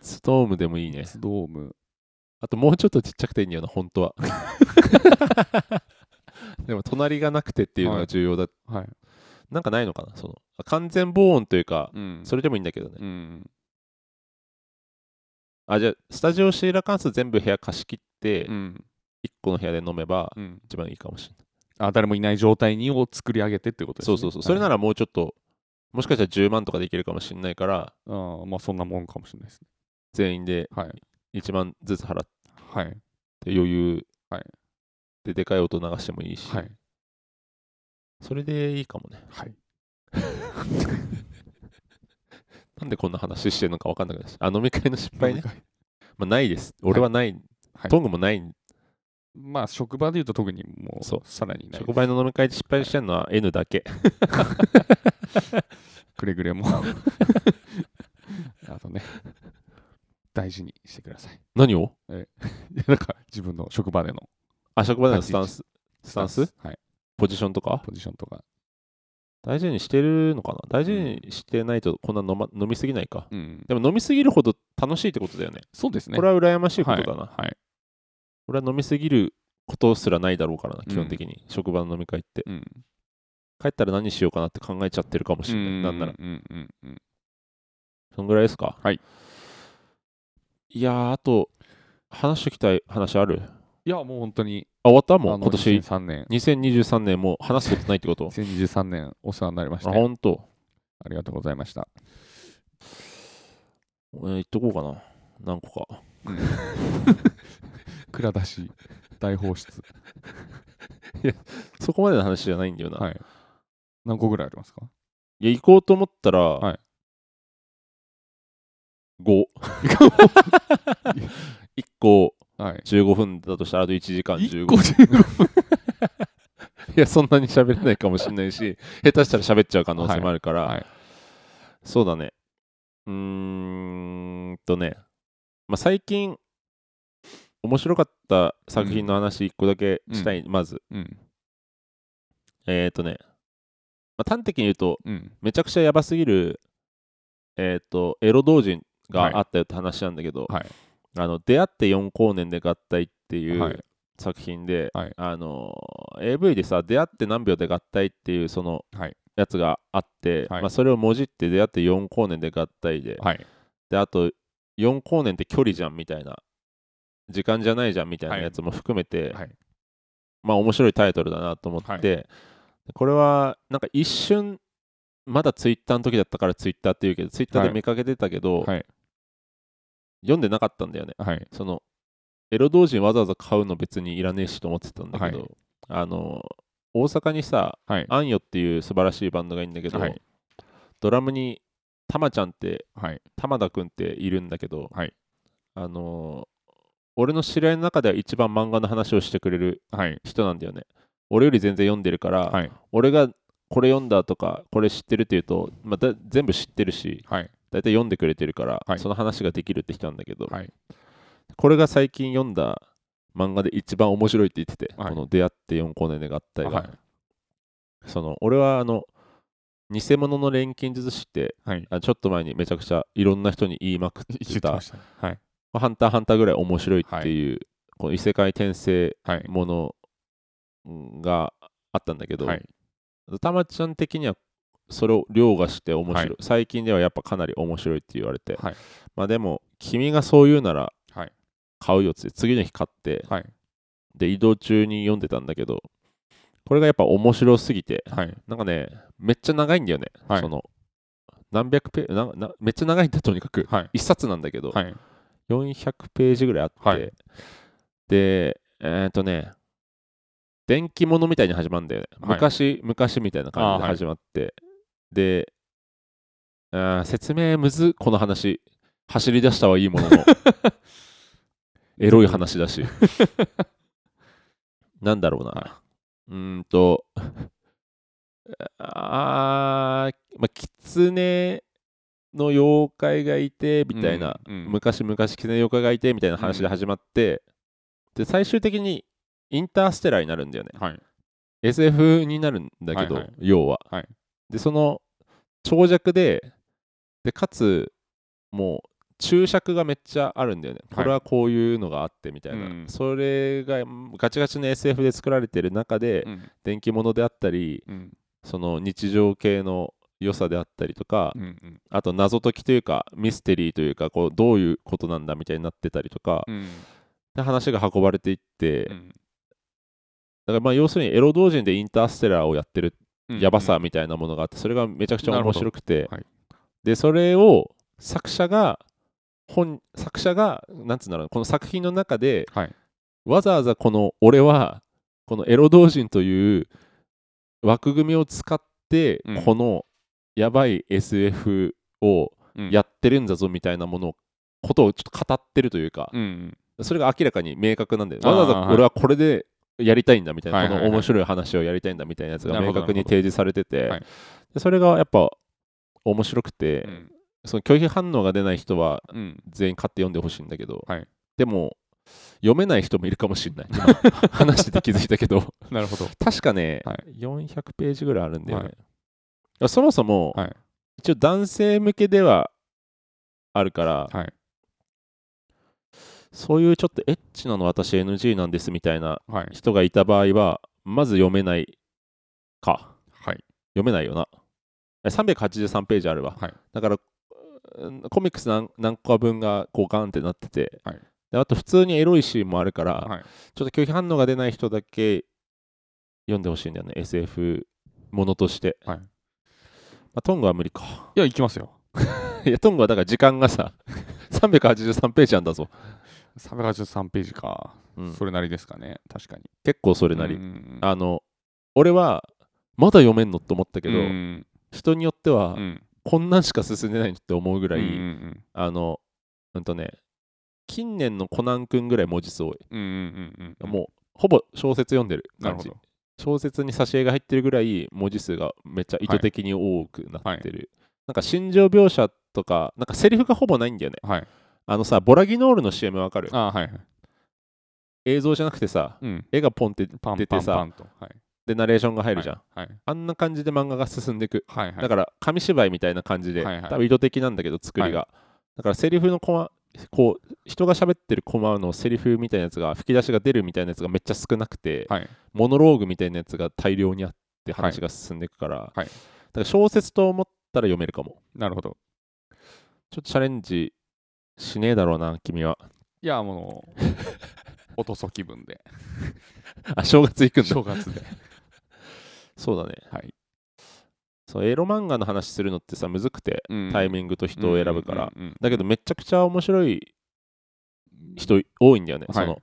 S1: ストームでもいいね
S2: ツドーム。
S1: あともうちょっとちっちゃくていいんだよな本 当はでも隣がなくてっていうのが重要だ、
S2: はい。
S1: なんかないのかなそのあ完全防音というか
S2: うん
S1: それでもいいんだけどね、
S2: うん。
S1: あじゃあスタジオシーラカンス全部部屋貸し切って
S2: うん。
S1: 1個の部屋で飲めば
S2: うん。
S1: 一番いいかもしれない
S2: あ誰もいない状態にを作り上げてってことです
S1: そ
S2: ね。
S1: うそうそう。それな
S2: ら、
S1: らもうちょっと、もしかしたら10万とかでいけるかもしれないから、
S2: ああまあそんなもんかもしれないですね。
S1: 全員で
S2: はい。
S1: 1万ずつ払って
S2: はい。
S1: 余裕
S2: はい
S1: ででかい音流してもいいし、
S2: はい。
S1: それでいいかもね。
S2: はい。
S1: なんでこんな話してるのか分かんなくなったあ、飲み会の失敗ね
S2: 飲み。会
S1: まあ、ないです。俺はない。
S2: はい
S1: トングもない。
S2: まあ職場で言うと特にもう
S1: そう
S2: さらにない
S1: 職場の飲み会で失敗してるのは N だけ。
S2: くれぐれもあとね大事にしてください
S1: 何を
S2: いやなんか自分の職場での
S1: あ、職場でのスタンス、
S2: ス
S1: タンス
S2: はい
S1: ポジションとか
S2: ポジションとか
S1: 大事にしてるのかな大事にしてないとこんな飲,、ま、飲みすぎないか。
S2: うん
S1: でも飲みすぎるほど楽しいってことだよね。
S2: そうですね
S1: これは羨ましいことだな。
S2: はい、はい
S1: 俺は飲みすぎることすらないだろうからな、基本的に、職場の飲み会って。
S2: うん、
S1: 帰ったら何しようかなって考えちゃってるかもしれない。なんなら、
S2: うんうんうんうん
S1: そんぐらいですか。
S2: はい。
S1: いやー、あと、話しておきたい話ある
S2: いや、もう本当に、
S1: あ、終わった
S2: あ
S1: もう
S2: の
S1: 今年、
S2: 2003年、
S1: 2023年もう話すことないってこと
S2: 2023年お世話になりまし
S1: あ、
S2: た。
S1: ほんと。
S2: ありがとうございました。
S1: 俺、言っとこうかな。何個か。
S2: 蔵出し、大放出。
S1: そこまでの話じゃないんだよな。
S2: はい。 何個ぐらいありますか
S1: いや、行こうと思ったら、
S2: はい
S1: 5。1個
S2: はい。
S1: 15分だとしたら、あと1時間
S2: 1
S1: 15
S2: 個
S1: 分。
S2: 15分。
S1: いや、そんなに喋れないかもしれないし、下手したら喋っちゃう可能性もあるから、
S2: はいはい
S1: そうだね。うーんとね、まあ、最近、面白かった作品の話1個だけしたい、まず。
S2: うん。
S1: えっ、ー、とね、まあ、端的に言うと、
S2: うん。
S1: めちゃくちゃやばすぎる、えっ、と、エロ同人があったよって話なんだけど、
S2: はい
S1: あの出会って4光年で合体ってい
S2: はいう
S1: 作品で、
S2: はい
S1: あの AV でさ出会って何秒で合体っていうその
S2: はい
S1: やつがあって、
S2: はい
S1: まあ、それをもじって出会って4光年で合体で,、
S2: はい。
S1: であと4光年って距離じゃんみたいな時間じゃないじゃんみたいな
S2: はい
S1: やつも含めて、
S2: はい。
S1: まあ面白いタイトルだなと思って、
S2: はい
S1: でこれはなんか一瞬まだツイッターの時だったからツイッターっていうけどツイッターで見かけてたけど、
S2: はい。
S1: 読んでなかったんだよね
S2: はい。
S1: そのエロ同人わざわざ買うの別にいらねえしと思ってたんだけど、
S2: はい
S1: あの大阪にさ
S2: はい。
S1: アンヨっていう素晴らしいバンドがいるんだけど、
S2: はい
S1: ドラムにたまちゃんって
S2: はい。
S1: 玉田くんっているんだけど、
S2: はい
S1: あの俺の知り合いの中では一番漫画の話をしてくれる
S2: はい。
S1: 人なんだよね俺より全然読んでるから、
S2: はい。
S1: 俺がこれ読んだとかこれ知ってるっていうと、まあだ全部知ってるし
S2: はい。
S1: 大体読んでくれてるから、
S2: はい
S1: その話ができるって人なんだけど、
S2: はい。
S1: これが最近読んだ漫画で一番面白いって言ってて、
S2: はい
S1: この出会って4光年で合体が、
S2: はい。
S1: その俺はあの偽物の錬金術師って
S2: はい。
S1: あちょっと前にめちゃくちゃいろんな人に言いまくって
S2: 言って
S1: た
S2: ましたね。はい。
S1: ハンターハンターぐらい面白いっていう、この異世界転生
S2: はい。
S1: ものうんがあったんだけど、
S2: はい。
S1: たまちゃん的にはそれを凌駕して面白い、
S2: はい
S1: 最近ではやっぱかなり面白いって言われて、
S2: はい。
S1: まあでも君がそう言うなら
S2: はい
S1: 買うよっつって次の日買って、
S2: はい。
S1: で移動中に読んでたんだけどこれがやっぱ面白すぎて
S2: はい。
S1: なんかねめっちゃ長いんだよね、
S2: はい
S1: その何百ページななめっちゃ長いんだとにかく
S2: はい。
S1: 一冊なんだけど、
S2: はい。
S1: 400ページぐらいあって、
S2: はい
S1: でえっ、とね電気物みたいに始まるんだよね、
S2: はい
S1: 昔昔みたいな感じで
S2: あーはい
S1: 始まって、であー説明むずこの話走り出したはいいもの のエロい話だしなんだろうな、
S2: は
S1: うーんとあーまあ狐の妖怪がいてみたいな、
S2: うんうん
S1: 昔々狐の妖怪がいてみたいな話で始まって、で最終的にインターステラーになるんだよね
S2: はい。
S1: SF になるんだけど、
S2: はいはい
S1: 要は、
S2: はい
S1: でその長尺ででかつもう注釈がめっちゃあるんだよね、
S2: はい
S1: これはこういうのがあってみたいな、
S2: うん
S1: それがガチガチの SF で作られてる中で、
S2: うん。
S1: 電気物であったり
S2: うん。
S1: その日常系の良さであったりとか、
S2: うん。
S1: あと謎解きというかミステリーというかこうどういうことなんだみたいになってたりとか、
S2: うん。
S1: で話が運ばれていって、
S2: う
S1: だ
S2: ん
S1: からまあ要するにエロ同人でインターステラーをやってる
S2: うん
S1: やばさみたいなものがあってそれがめちゃくちゃ面白くて、
S2: なるほどはい
S1: でそれを作者が本作者がなんつうんだろうこの作品の中で
S2: はい。
S1: わざわざこの俺はこのエロ同人という枠組みを使って
S2: うん
S1: このやばい SF を
S2: うん
S1: やってるんだぞみたいなものことをちょっと語ってるというか
S2: うん。
S1: それが明らかに明確なんで
S2: あー
S1: わざわざ俺はこれでやりたいんだみたい
S2: は
S1: ないこ
S2: はい
S1: の面白い話をやりたいんだみたいなやつ
S2: な
S1: が
S2: る
S1: 明
S2: ほど
S1: 確に提示されてて
S2: はい
S1: でそれがやっぱ面白くて
S2: うん
S1: その拒否反応が出ない人は
S2: うん。
S1: 全員買って読んでほしいんだけど、
S2: はい
S1: でも読めない人もいるかもしれない今話してて気づいたけど
S2: なるほど。
S1: 確かね、
S2: は
S1: 400ページぐらいあるんだよね、
S2: はい
S1: いやそもそも、
S2: はい
S1: 一応男性向けではあるから、
S2: はい。
S1: そういうちょっとエッチなの私 NG なんですみたいな
S2: はい。
S1: 人がいた場合はまず読めないか
S2: はい。
S1: 読めないよなえ383ページあるわ、
S2: はい
S1: だからうんコミックス何何個か分がこうガンってなってて、
S2: はい
S1: であと普通にエロいシーンもあるから、
S2: はい
S1: ちょっと拒否反応が出ない人だけ読んでほしいんだよね SF ものとして、
S2: はい
S1: まあ、トングは無理か
S2: いや、行きますよ。
S1: いやトングはだから時間がさ 383ページなんだぞ、
S2: 383ページか。
S1: うん
S2: それなりですかね。確かに。
S1: 結構それなり、
S2: うん
S1: あの俺はまだ読めんのと思ったけど、
S2: うん
S1: 人によっては、
S2: うん
S1: こんなんしか進んでないのって思うぐらい、
S2: うんうん
S1: あのうんとね近年のコナン君ぐらい文字数多い、
S2: うんうんうんうん
S1: もうほぼ小説読んでる
S2: なる
S1: 感
S2: ほ
S1: じ
S2: ど。
S1: 小説に挿絵が入ってるぐらい文字数がめっちゃ意図的に多くなってる、なんか心情描写とかなんかセリフがほぼないんだよね
S2: はい。
S1: あのさボラギノールの CM わかる
S2: あはいはい。
S1: 映像じゃなくてさ
S2: うん。
S1: 絵がポンって
S2: パン
S1: 出
S2: パ
S1: て
S2: ン
S1: さ
S2: パンと。はい。
S1: でナレーションが入るじゃん、
S2: はい。
S1: あんな感じで漫画が進んでいく
S2: はいはい。
S1: だから紙芝居みたいな感じで、
S2: はいはい
S1: 多分意図的なんだけど作りが、だからセリフのコマこう人が喋ってるコマのセリフみたいなやつが吹き出しが出るみたいなやつがめっちゃ少なくて、
S2: はい。
S1: モノローグみたいなやつが大量にあって話が進んでいくから,、
S2: い
S1: だ
S2: はい
S1: から小説と思ったら読めるかも
S2: なるほど。
S1: ちょっとチャレンジしねえだろうな君はい
S2: や、 もう、落とそ気分で。
S1: あ正月行くんだ
S2: 正月で。
S1: そうだね
S2: はい。
S1: そうエロ漫画の話するのってさむずくてタイ
S2: ン
S1: ミングと人を選ぶから、。
S2: うんうんうん
S1: だけどめちゃくちゃ面白い人多いんだよね、
S2: は
S1: そ
S2: い
S1: の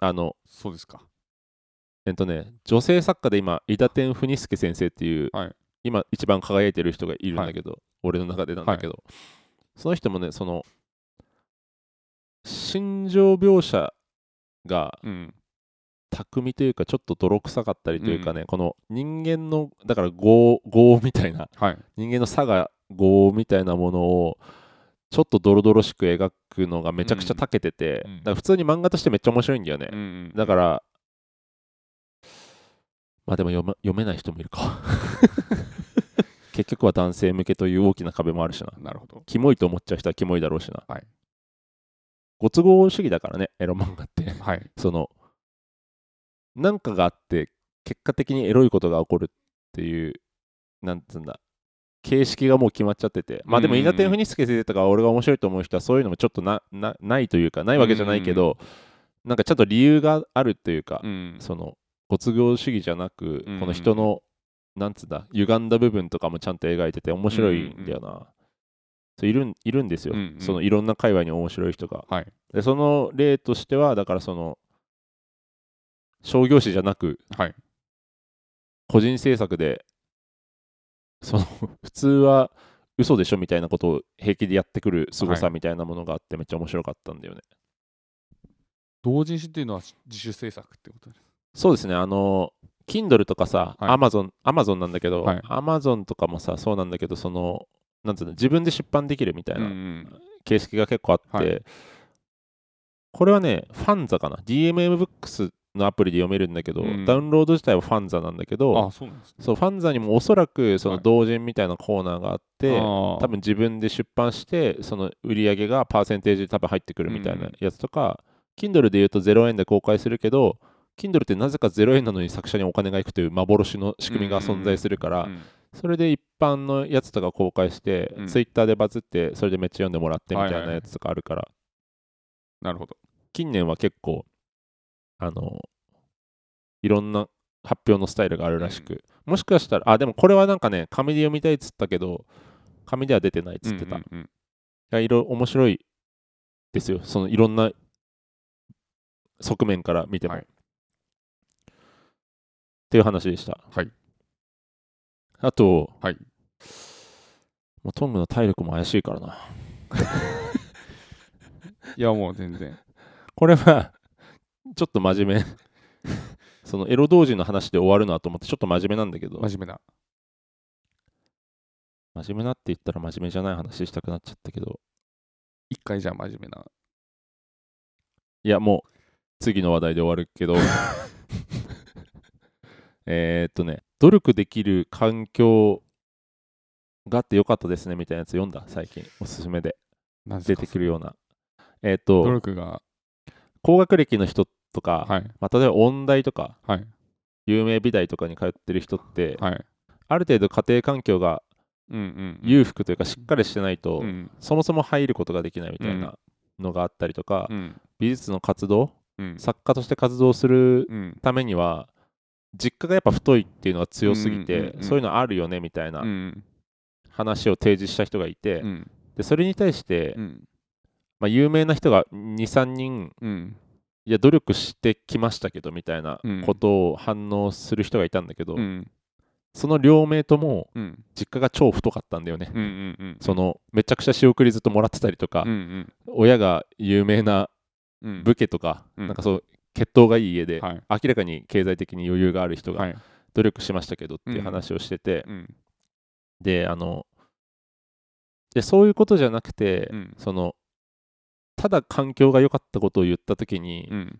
S1: あの
S2: そうですか。
S1: えっとね、女性作家で今、伊達天文助先生っていう、
S2: はい
S1: 今一番輝いてる人がいるんだけど、俺の中でなんだけど、その人もね、その、心情描写が
S2: うん。
S1: 巧みというか、ちょっと泥臭かったりというかね、この人間の、だから業、業みたいな、
S2: はい。
S1: 人間の差が業みたいなものを、ちょっとドロドロしく描くのがめちゃくちゃ長けてて、
S2: うんうん
S1: だから普通に漫画としてめっちゃ面白いんだよね。
S2: うんうん
S1: だから、まあでも読め読めない人もいる か。結局は男性向けという大きな壁もあるしな。
S2: なるほど。
S1: キモいと思っちゃう人はキモいだろうしな。
S2: はい
S1: ご都合主義だからね、エロ漫画って。
S2: はい。
S1: その、なんかがあって、結果的にエロいことが起こるっていう、なんつうんだ、形式がもう決まっちゃってて、まあでも、
S2: うんうん
S1: 稲田文介先生とか、俺が面白いと思う人は、そういうのもちょっとななないというか、ないわけじゃないけど、なんかちゃんと理由があるというか、
S2: うん。
S1: その、ご都合主義じゃなく、
S2: うんうん
S1: この人の、なんつうんだ、歪んだ部分とかもちゃんと描いてて、面白いんだよな。そういるんいるんですよ、
S2: うんうん
S1: そのいろんな界隈に面白い人が。
S2: はい。
S1: でその例としてはだからその商業誌じゃなく
S2: はい。
S1: 個人制作でその 普通は嘘でしょみたいなことを平気でやってくる凄さみたいなものがあってめっちゃ面白かったんだよね、
S2: 同人誌っていうのは自主制作ってことです。
S1: そうですねあの Kindle とかさ、
S2: はい
S1: Amazon Amazon なんだけど、
S2: はい
S1: Amazon とかもさそうなんだけどそのなんつうの自分で出版できるみたいな形式が結構あって、
S2: はい
S1: これはね、ファンザかな、DMM ブックスのアプリで読めるんだけど、
S2: うん
S1: ダウンロード自体はファンザなんだけど、
S2: あ、そうなんですね。
S1: そうファンザにもおそらくその
S2: はい
S1: 同人みたいなコーナーがあって、
S2: 多
S1: 多分自分で出版して、その売り上げがパーセンテージで多分入ってくるみたいなやつとか、Kindle で言うと0円で公開するけど、Kindle ってなぜか0円なのに作者にお金がいくという幻の仕組みが存在するから、それで一般のやつとか公開して、
S2: うん
S1: ツイッターでバズって、それでめっちゃ読んでもらってみたいなやつとかあるから、
S2: なるほど。
S1: 近年は結構、あの、いろんな発表のスタイルがあるらしく、もしかしたら、あ、でもこれはなんかね、紙で読みたいっつったけど、紙では出てないっつってた。
S2: うんうんうん
S1: いやいろ面白いですよ、そのいろんな側面から見ても。
S2: はい
S1: っていう話でした。
S2: はい
S1: あと、
S2: はい
S1: もうトングの体力も怪しいからな。
S2: いや、もう全然。
S1: これは、 ちょっと真面目。 そのエロ同人の話で終わるなと思って、ちょっと真面目なんだけど、
S2: 真面目な。
S1: 真面目なって言ったら真面目じゃない話したくなっちゃったけど、
S2: 一回じゃあ真面目な。
S1: いや、もう、次の話題で終わるけど、 えーっとね、努力できる環境があってよかったですねみたいなやつ読んだ、最近、おすすめで
S2: なんです
S1: 出
S2: か
S1: てくるような。えーっ
S2: 努
S1: と、
S2: 力が。
S1: 高学歴の人とか、
S2: はい。
S1: まあ、例えば音大とか、
S2: はい。
S1: 有名美大とかに通ってる人って、
S2: はい。
S1: ある程度家庭環境が
S2: うんうんうん
S1: 裕福というかしっかりしてないと、
S2: うん
S1: そもそも入ることができないみたいなのがあったりとか、
S2: うん
S1: 美術の活動
S2: うん
S1: 作家として活動する
S2: うん
S1: ためには実家がやっぱ太いっていうのが強すぎて、
S2: うんうんうんうん
S1: そういうのあるよねみたいな
S2: うん
S1: 話を提示した人がいて、
S2: うん
S1: でそれに対して、
S2: うん
S1: まあ、有名な人が23人
S2: うん
S1: いや努力してきましたけどみたいな
S2: うん
S1: ことを反応する人がいたんだけど、
S2: うん
S1: その両名とも
S2: うんうん
S1: 実家が超太かったんだよね、
S2: うんうんうん
S1: そのめちゃくちゃ仕送りずっともらってたりとか、
S2: うん
S1: 親が有名な
S2: うん
S1: 武家とか、
S2: うん
S1: なんかそう血統がいい家で、
S2: はい
S1: 明らかに経済的に余裕がある人
S2: は
S1: が
S2: い
S1: 努力しましたけどっていう話をしてて、
S2: うん
S1: であのでそういうことじゃなくて、
S2: うん
S1: そのただ環境が良かったことを言った時に、
S2: うん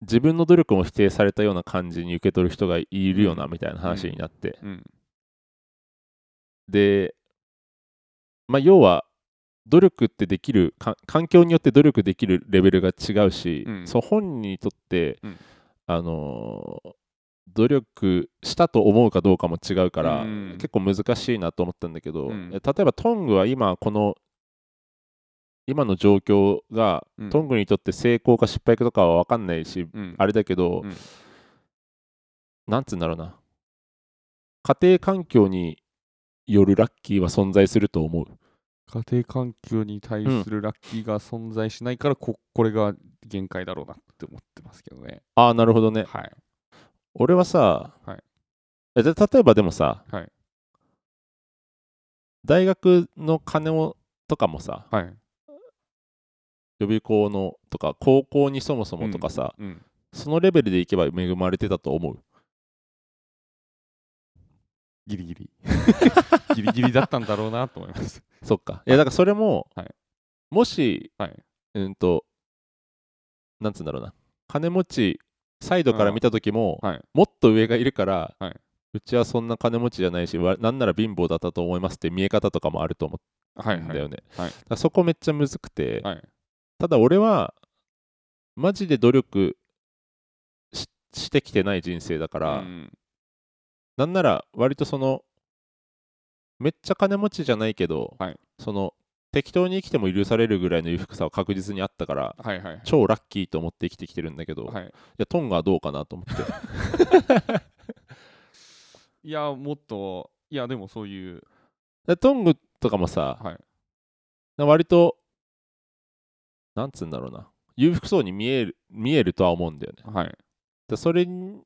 S1: 自分の努力も否定されたような感じに受け取る人がいるよなみたいな話になって、
S2: うん
S1: で、まあ、要は努力ってできるか環境によって努力できるレベルが違うし、
S2: うん
S1: その本人にとって、
S2: うん
S1: あのー努力したと思うかどうかも違うから、
S2: うん
S1: 結構難しいなと思ったんだけど、
S2: うん
S1: 例えばトングは今この今の状況が、
S2: うん
S1: トングにとって成功か失敗かとかは分かんないし、
S2: うん
S1: あれだけど、
S2: うん
S1: なんつうんだろうな家庭環境によるラッキーは存在すると思う
S2: 家庭環境に対するラッキーが存在しないからここれが限界だろうなって思ってますけどね。
S1: ああなるほどね
S2: はい。
S1: 俺はさ、
S2: はい
S1: えで例えばでもさ、
S2: はい
S1: 大学の金をとかもさ
S2: はい。
S1: 予備校のとか高校にそもそもとかさ、
S2: うん。
S1: そのレベルでいけば恵まれてたと思う
S2: ギリギ リ。ギリギリだったんだろうなと思います。
S1: そっかいやだからそれも、
S2: はい
S1: もし
S2: はい。
S1: うんと、なんつうんだろうな、金持ち、サイドから見た時も、
S2: はい。
S1: もっと上がいるから、
S2: はいう
S1: ちはそんな金持ちじゃないし、わなんなら貧乏だったと思いますって見え方とかもあると思
S2: は
S1: う
S2: い。
S1: んだよね。
S2: はいはい
S1: だからそこめっちゃむずくて、
S2: はい。
S1: ただ俺は、マジで努力ししてきてない人生だから、
S2: うん
S1: なんなら割とその、めっちゃ金持ちじゃないけど、
S2: はい
S1: その、適当に生きても許されるぐらいの裕福さは確実にあったから、
S2: はいはい。
S1: 超ラッキーと思って生きてきてるんだけど、い、
S2: はい。
S1: やトンガはどうかなと思 って
S2: いや、もっと、いや、でもそういう、
S1: でトングとかもさ、
S2: はい。
S1: 割となんつうんだろうな裕福そうに見える見えるとは思うんだよね
S2: はい。
S1: でそれに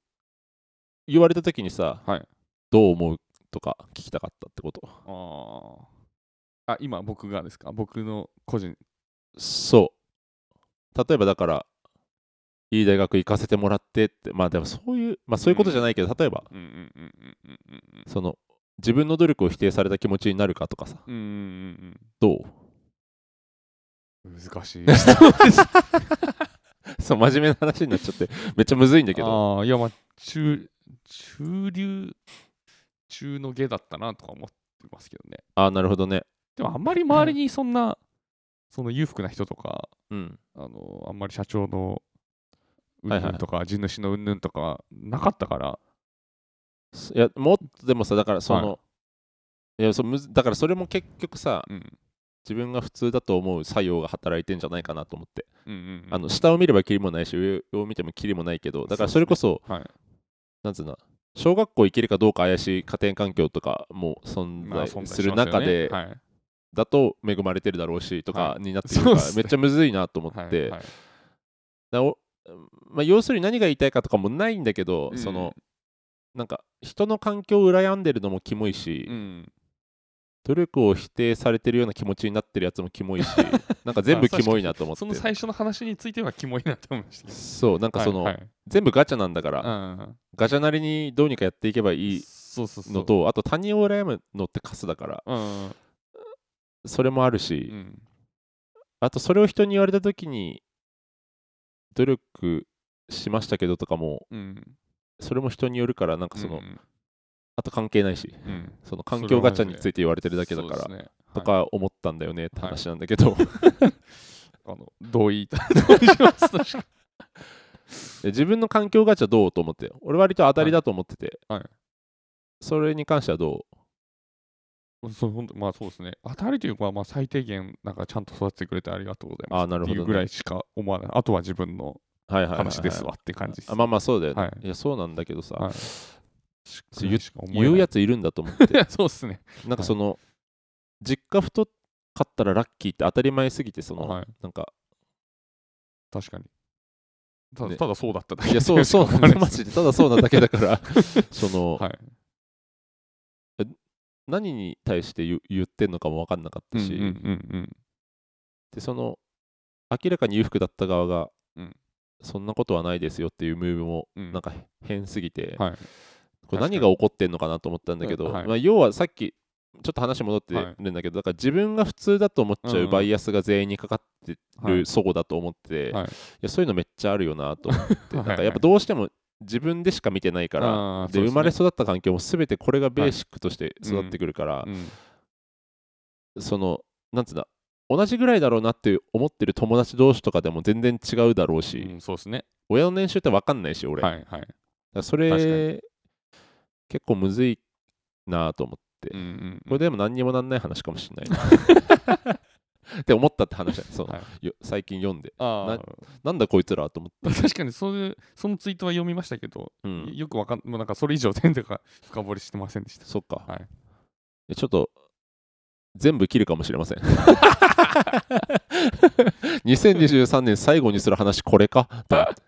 S1: 言われた時にさ
S2: はい。
S1: どう思うとか聞きたかったってこと
S2: ああ。あ、今僕がですか僕の個人。
S1: そう例えばだからいい大学行かせてもらってってまあでもそういうまあそういうことじゃないけど、例えば
S2: うんうんうんうんうんうんうん
S1: その自分の努力を否定された気持ちになるかとかさ
S2: うんうん
S1: どう
S2: うんうん。難しい。
S1: そう真面目な話になっちゃ ってめっちゃむずいんだけど
S2: ああ、いや、まあ、中、中流、中の下だったなとか思ってますけどね。
S1: ああなるほどね
S2: でも、あんまり周りにそんな、その裕福な人とか、
S1: うん
S2: あの、あんまり社長の、うん
S1: はいはい
S2: ぬんとか、地主のうんぬんとか、なかったから、
S1: すいやもっとでもさだからその、、
S2: はい
S1: やそうむずだからそれも結局さ
S2: うん。
S1: 自分が普通だと思う作用が働いてんじゃないかなと思って、
S2: うんうんうん
S1: あの下を見ればキリもないし上を見てもキリもないけどだからそれこそ
S2: はい。
S1: なんつうの小学校行けるかどうか怪しい家庭環境とかも存
S2: まあ
S1: 在
S2: そんな
S1: する中で、
S2: しますよね
S1: だと恵まれてるだろうしとか
S2: は
S1: になってくるから、
S2: そうっすね
S1: めっちゃむずいなと思って、
S2: はい。はい。はい
S1: だおまあ、要するに何が言いたいかとかもないんだけど、
S2: うん
S1: そのなんか人の環境を羨んでるのもキモいし、
S2: うん。
S1: 努力を否定されてるような気持ちになってるやつもキモい しなんか全部キモいなと思って
S2: その最初の話については、キモいなって思いましたけど。
S1: そうなんかその、
S2: はいはい
S1: 全部ガチャなんだから、
S2: うんうん
S1: ガチャなりにどうにかやっていけばいい
S2: そうそうそう。
S1: のとあと他人を羨むのってカスだから
S2: うんうん
S1: それもあるし、
S2: うん。
S1: あとそれを人に言われた時に努力しましたけどとかも
S2: うん。
S1: それも人によるからなんかその、
S2: うん
S1: あと関係ないし
S2: うんうん。
S1: その環境ガチャについて言われてるだけだから、
S2: そうですね
S1: とか思ったんだよねって話なんだけど、
S2: あの同意 同意します確か
S1: で自分の環境ガチャどうと思って俺割と当たりだと思ってて、
S2: はいはい
S1: それに関してはど
S2: そうほんとまあそうですね。当たりというか、まあ、最低限、なんかちゃんと育ててくれてありがとうございます
S1: あーなる
S2: っ
S1: ほど
S2: てい
S1: ね
S2: うぐらいしか思わない。あとは自分の
S1: はいはいはいはい
S2: 話ですわって感じです。
S1: あまあまあそうだよね、
S2: はい
S1: い、やそうなんだけどさ、
S2: はい
S1: そう言う
S2: しか思えない
S1: 言うやついるんだと思って
S2: そうですね。
S1: なんかその、実家太かったらラッキーって当たり前すぎてその、
S2: はい。
S1: なんか
S2: 確かに。ただ、
S1: ね
S2: ただそうだっただけ
S1: いや そうそう
S2: しか思わないで
S1: マ
S2: す
S1: ジでただそうなだけだから その、
S2: はい。
S1: 何に対して言う言ってんのかも分かんなかったし、
S2: うんうんうん
S1: でその明らかに裕福だった側が、
S2: うん
S1: そんなことはないですよっていうムーブも
S2: うん。
S1: なんか変すぎて、
S2: うん、はい。
S1: これ何が起こってんのかなと思ったんだけど、
S2: うんはい
S1: まあ、要はさっきちょっと話戻ってるんだけど、だから自分が普通だと思っちゃ
S2: んう
S1: うんバイアスが全員にかかって
S2: はい
S1: る祖母だと思って、
S2: はい
S1: いやそういうのめっちゃあるよなと思って
S2: はい
S1: なんかやっぱどうしても自分でしか見てないから、
S2: あー
S1: で
S2: そうですね
S1: 生まれ育った環境も全てこれがベーシックとして育ってくるから、
S2: うん
S1: そのなんつうんだ同じぐらいだろうなって思ってる友達同士とかでも全然違うだろうし、
S2: うん、そうですね。
S1: 親の年収って分かんないし俺、
S2: はいはい。
S1: だからそ
S2: 確か
S1: れ結構むずいなと思って
S2: うんうん
S1: これでも何にもなんない話かもしれないな って思ったって話だねその
S2: はい
S1: よ最近読んで
S2: あ
S1: なんだこいつらと思って、
S2: あ、確かにそういう、そのツイートは読みましたけど、
S1: うん、
S2: よくわかん、もうなんかそれ以上全然が深掘りしてませんでした。
S1: そっか、
S2: はい
S1: でちょっと全部切るかもしれません 2023年最後にする話これかと思 って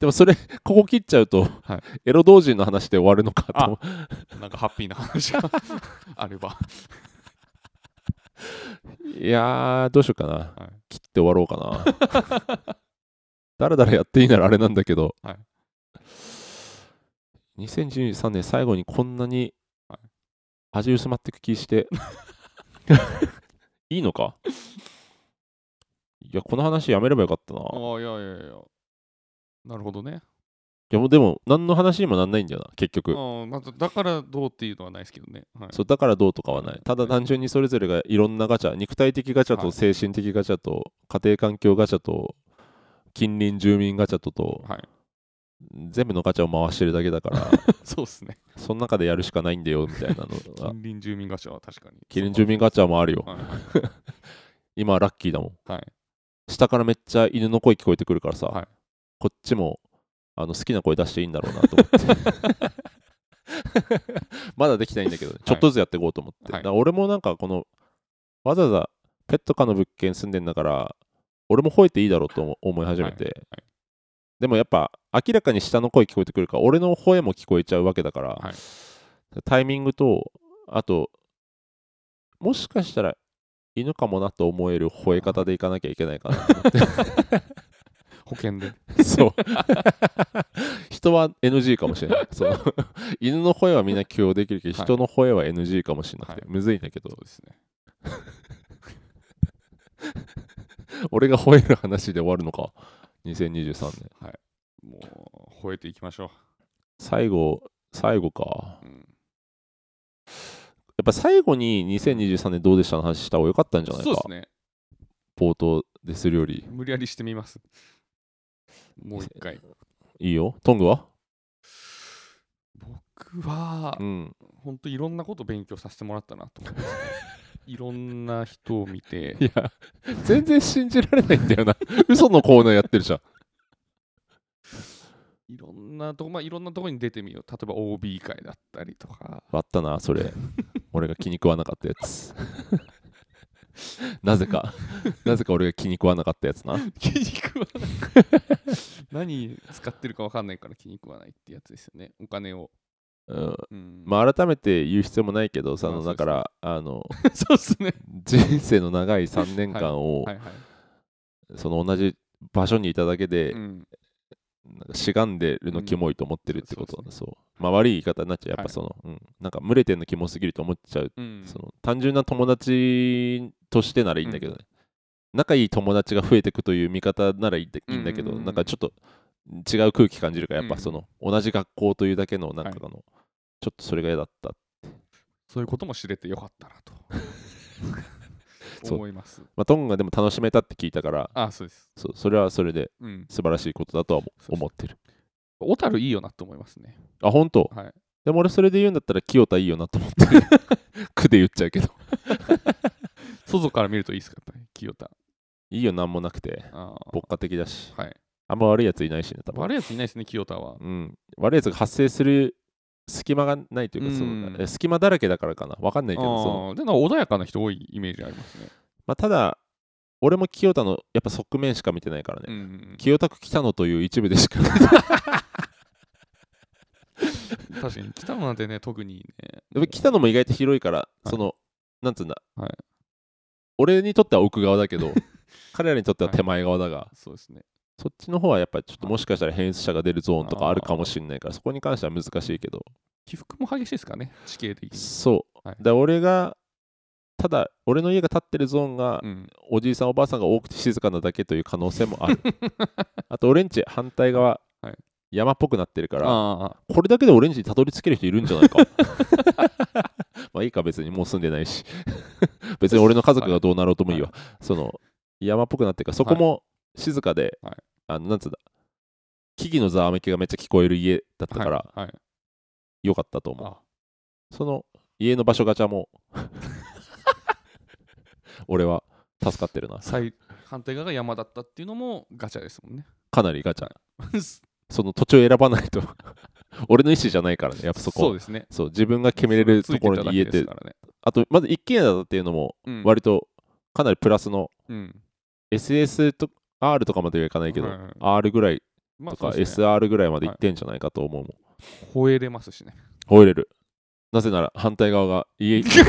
S1: でもそれここ切っちゃうと、
S2: はい
S1: エロ同人の話で終わるのかと思う
S2: なんかハッピーな話 があれば。
S1: いやーどうしようかな
S2: はい
S1: 切って終わろうかなだらだらやっていいならあれなんだけど、
S2: はい
S1: 2013年最後にこんなに
S2: はい
S1: 味薄まってく気して いいのかいやこの話やめればよかったな
S2: ああ、いやいやいや。なるほどね。
S1: いやもうでも何の話にもなんないんだよな結局
S2: あまあ、だからどうっていうのはないですけどね。はい、
S1: そうだからどうとかはないただ単純にそれぞれがいろんなガチャ肉体的ガチャ
S2: は
S1: と
S2: い
S1: 精神的ガチャと家庭環境ガチャと近隣住民ガチャとと
S2: はい、
S1: 全部のガチャを回してるだけだから
S2: そうですね。
S1: その中でやるしかないんだよみたい なの
S2: 近
S1: が
S2: 隣住民ガチャは確かに。
S1: 近隣住民ガチャもあるよ
S2: はいはい
S1: 今ラッキーだもん
S2: はい。
S1: 下からめっちゃ犬の声聞こえてくるからさ、
S2: はい
S1: こっちもあの好きな声出していいんだろうなと思って まだできないんだけどね、ちょっとずつやっていこうと思って、
S2: はい
S1: だから俺もなんかこのわざわざペット可の物件住んでんだから俺も吠えていいだろうと思思い始めて、
S2: はい
S1: でもやっぱ明らかに下の声聞こえてくるから俺の声も聞こえちゃうわけだから、
S2: はい
S1: タイミングとあともしかしたら犬かもなと思える吠え方でいかなきゃいけないかな
S2: 保険で。
S1: そう。人は NG かもしれない。そう犬の声はみんな許容できるけど、
S2: はい
S1: 人の声は NG かもしれなくて、
S2: はい
S1: むずいんだけど
S2: そ、うですね。
S1: 俺が吠える話で終わるのか、2023年。
S2: もう、吠えていきましょ
S1: 最後、最後か。
S2: う。うん、
S1: やっぱ最後に2023年どうでしたの話した方が良かったんじゃないか、
S2: そうですね。
S1: 冒頭でするより。
S2: 無理やりしてみます。もう一回。
S1: いいよ。トングは
S2: 僕は
S1: う、ん。
S2: 本当いろんなこと勉強させてもらったなと思い ますねいろんな人を見て、
S1: いや、全然信じられないんだよな。嘘のコーナーやってるじゃん。
S2: いろんなとこ、まあ、いろんなとこに出てみよう。例えば OB 会だったりとか、
S1: 割ったなそれ俺が気に食わなかったやつ なぜかなぜか俺が気に食わなかったやつな
S2: 気に食わない何使ってるか分かんないから気に食わないってやつですよねお金を、
S1: うん
S2: うん、
S1: まあ改めて言う必要もないけどさ、
S2: まあ
S1: あのだからあの
S2: そうっすね
S1: 人生の長い3年間を、
S2: はいはい、
S1: その同じ場所にいただけで、
S2: うん、
S1: なんかしがんでるのキモいと思ってるってこと、
S2: うん
S1: そうまあ悪い言い方になっちゃうやっ
S2: は
S1: ぱ
S2: い
S1: その、うん、なんか群れてんのキモすぎると思っちゃう
S2: うん、
S1: その単純な友達としてならいいんだけどね、仲いい友達が増えてくという見方ならいいんだいいんだけど、
S2: うんうんうん
S1: なんかちょっと違う空気感じるからやっ
S2: う
S1: ぱ
S2: ん
S1: その、同じ学校というだけのなんかの、ちょっとそれが嫌だった
S2: そういうことも知れてよかったな と
S1: そう
S2: 思います
S1: まあトンがでも楽しめたって聞いたから
S2: あそうです、
S1: そうそれはそれで
S2: うん、
S1: 素晴らしいことだとは思
S2: そうそう
S1: 思ってる
S2: 小樽いいよなと思いますね
S1: あ本当
S2: はい
S1: でも俺それで言うんだったら清田いいよなと思ってる 区で言っちゃうけど。
S2: 外から見るといいですか、やっぱり、清田。
S1: いいよ、なんもなくて。
S2: あー
S1: 牧歌的だし。
S2: はい、
S1: あんま悪いやついないしね、多分。
S2: 悪いやついないですね、清田は。
S1: うん、悪いやつが発生する隙間がないというか、
S2: うん
S1: そのえ隙間だらけだからかな、わかんないけど、その
S2: あーでなんか穏やかな人多いイメージありますね。
S1: まあ、ただ、俺も清田のやっぱ側面しか見てないからね、
S2: うんうん
S1: 清田区北野という一部で しか
S2: うん、 確かに、北野なんてね、特にね。
S1: 北野も意外と広いから、
S2: い
S1: その、なんつうんだ、
S2: はい
S1: 俺にとっては奥側だけ ど、彼らにとっては手前側だが、
S2: そうですね。
S1: そっちの方はやっぱりちょっともしかしたら変質者が出るゾーンとかあるかもしれないから、そこに関しては難しいけど、
S2: 起伏も激しいですからね、地形的に。
S1: そう。
S2: はい
S1: だから俺が、ただ、俺の家が建ってるゾーンが、
S2: うん、
S1: おじいさんおばあさんが多くて静かなだけという可能性も あるあとオレンジ反対側、
S2: はい
S1: 山っぽくなってるから
S2: あ
S1: これだけでオレンジにたどり着ける人いるんじゃ ないかまあいいか別にもう住んでないし 別に俺の家族がどうなろうともいいわ、その山っぽくなってるからそこも静かで、
S2: はい
S1: あのなんつうんだ木々のざわめきがめっちゃ聞こえる家だった
S2: ー
S1: から
S2: はいはい
S1: 良かったと思う、
S2: あ
S1: その家の場所ガチャ も 俺は助かってるな
S2: 最反対側が山だったっていうのもガチャですもんね。
S1: かなりガチャその土地を選ばないと 俺の意思じゃないからねやっぱそこ
S2: そうですね。
S1: そう自分が決めれるところに家
S2: つい
S1: で
S2: ただけですからね
S1: あとまず一軒家だったっていうのも
S2: うん
S1: 割とかなりプラスの
S2: うん、
S1: SS と R とかまではいかないけど、
S2: はいはい
S1: R ぐらい
S2: まあ
S1: とか
S2: そうですね
S1: SR ぐらいまでいってんじゃないかと思うもん、
S2: 吠えれますしね。
S1: 吠えれるなぜなら反対側 が家人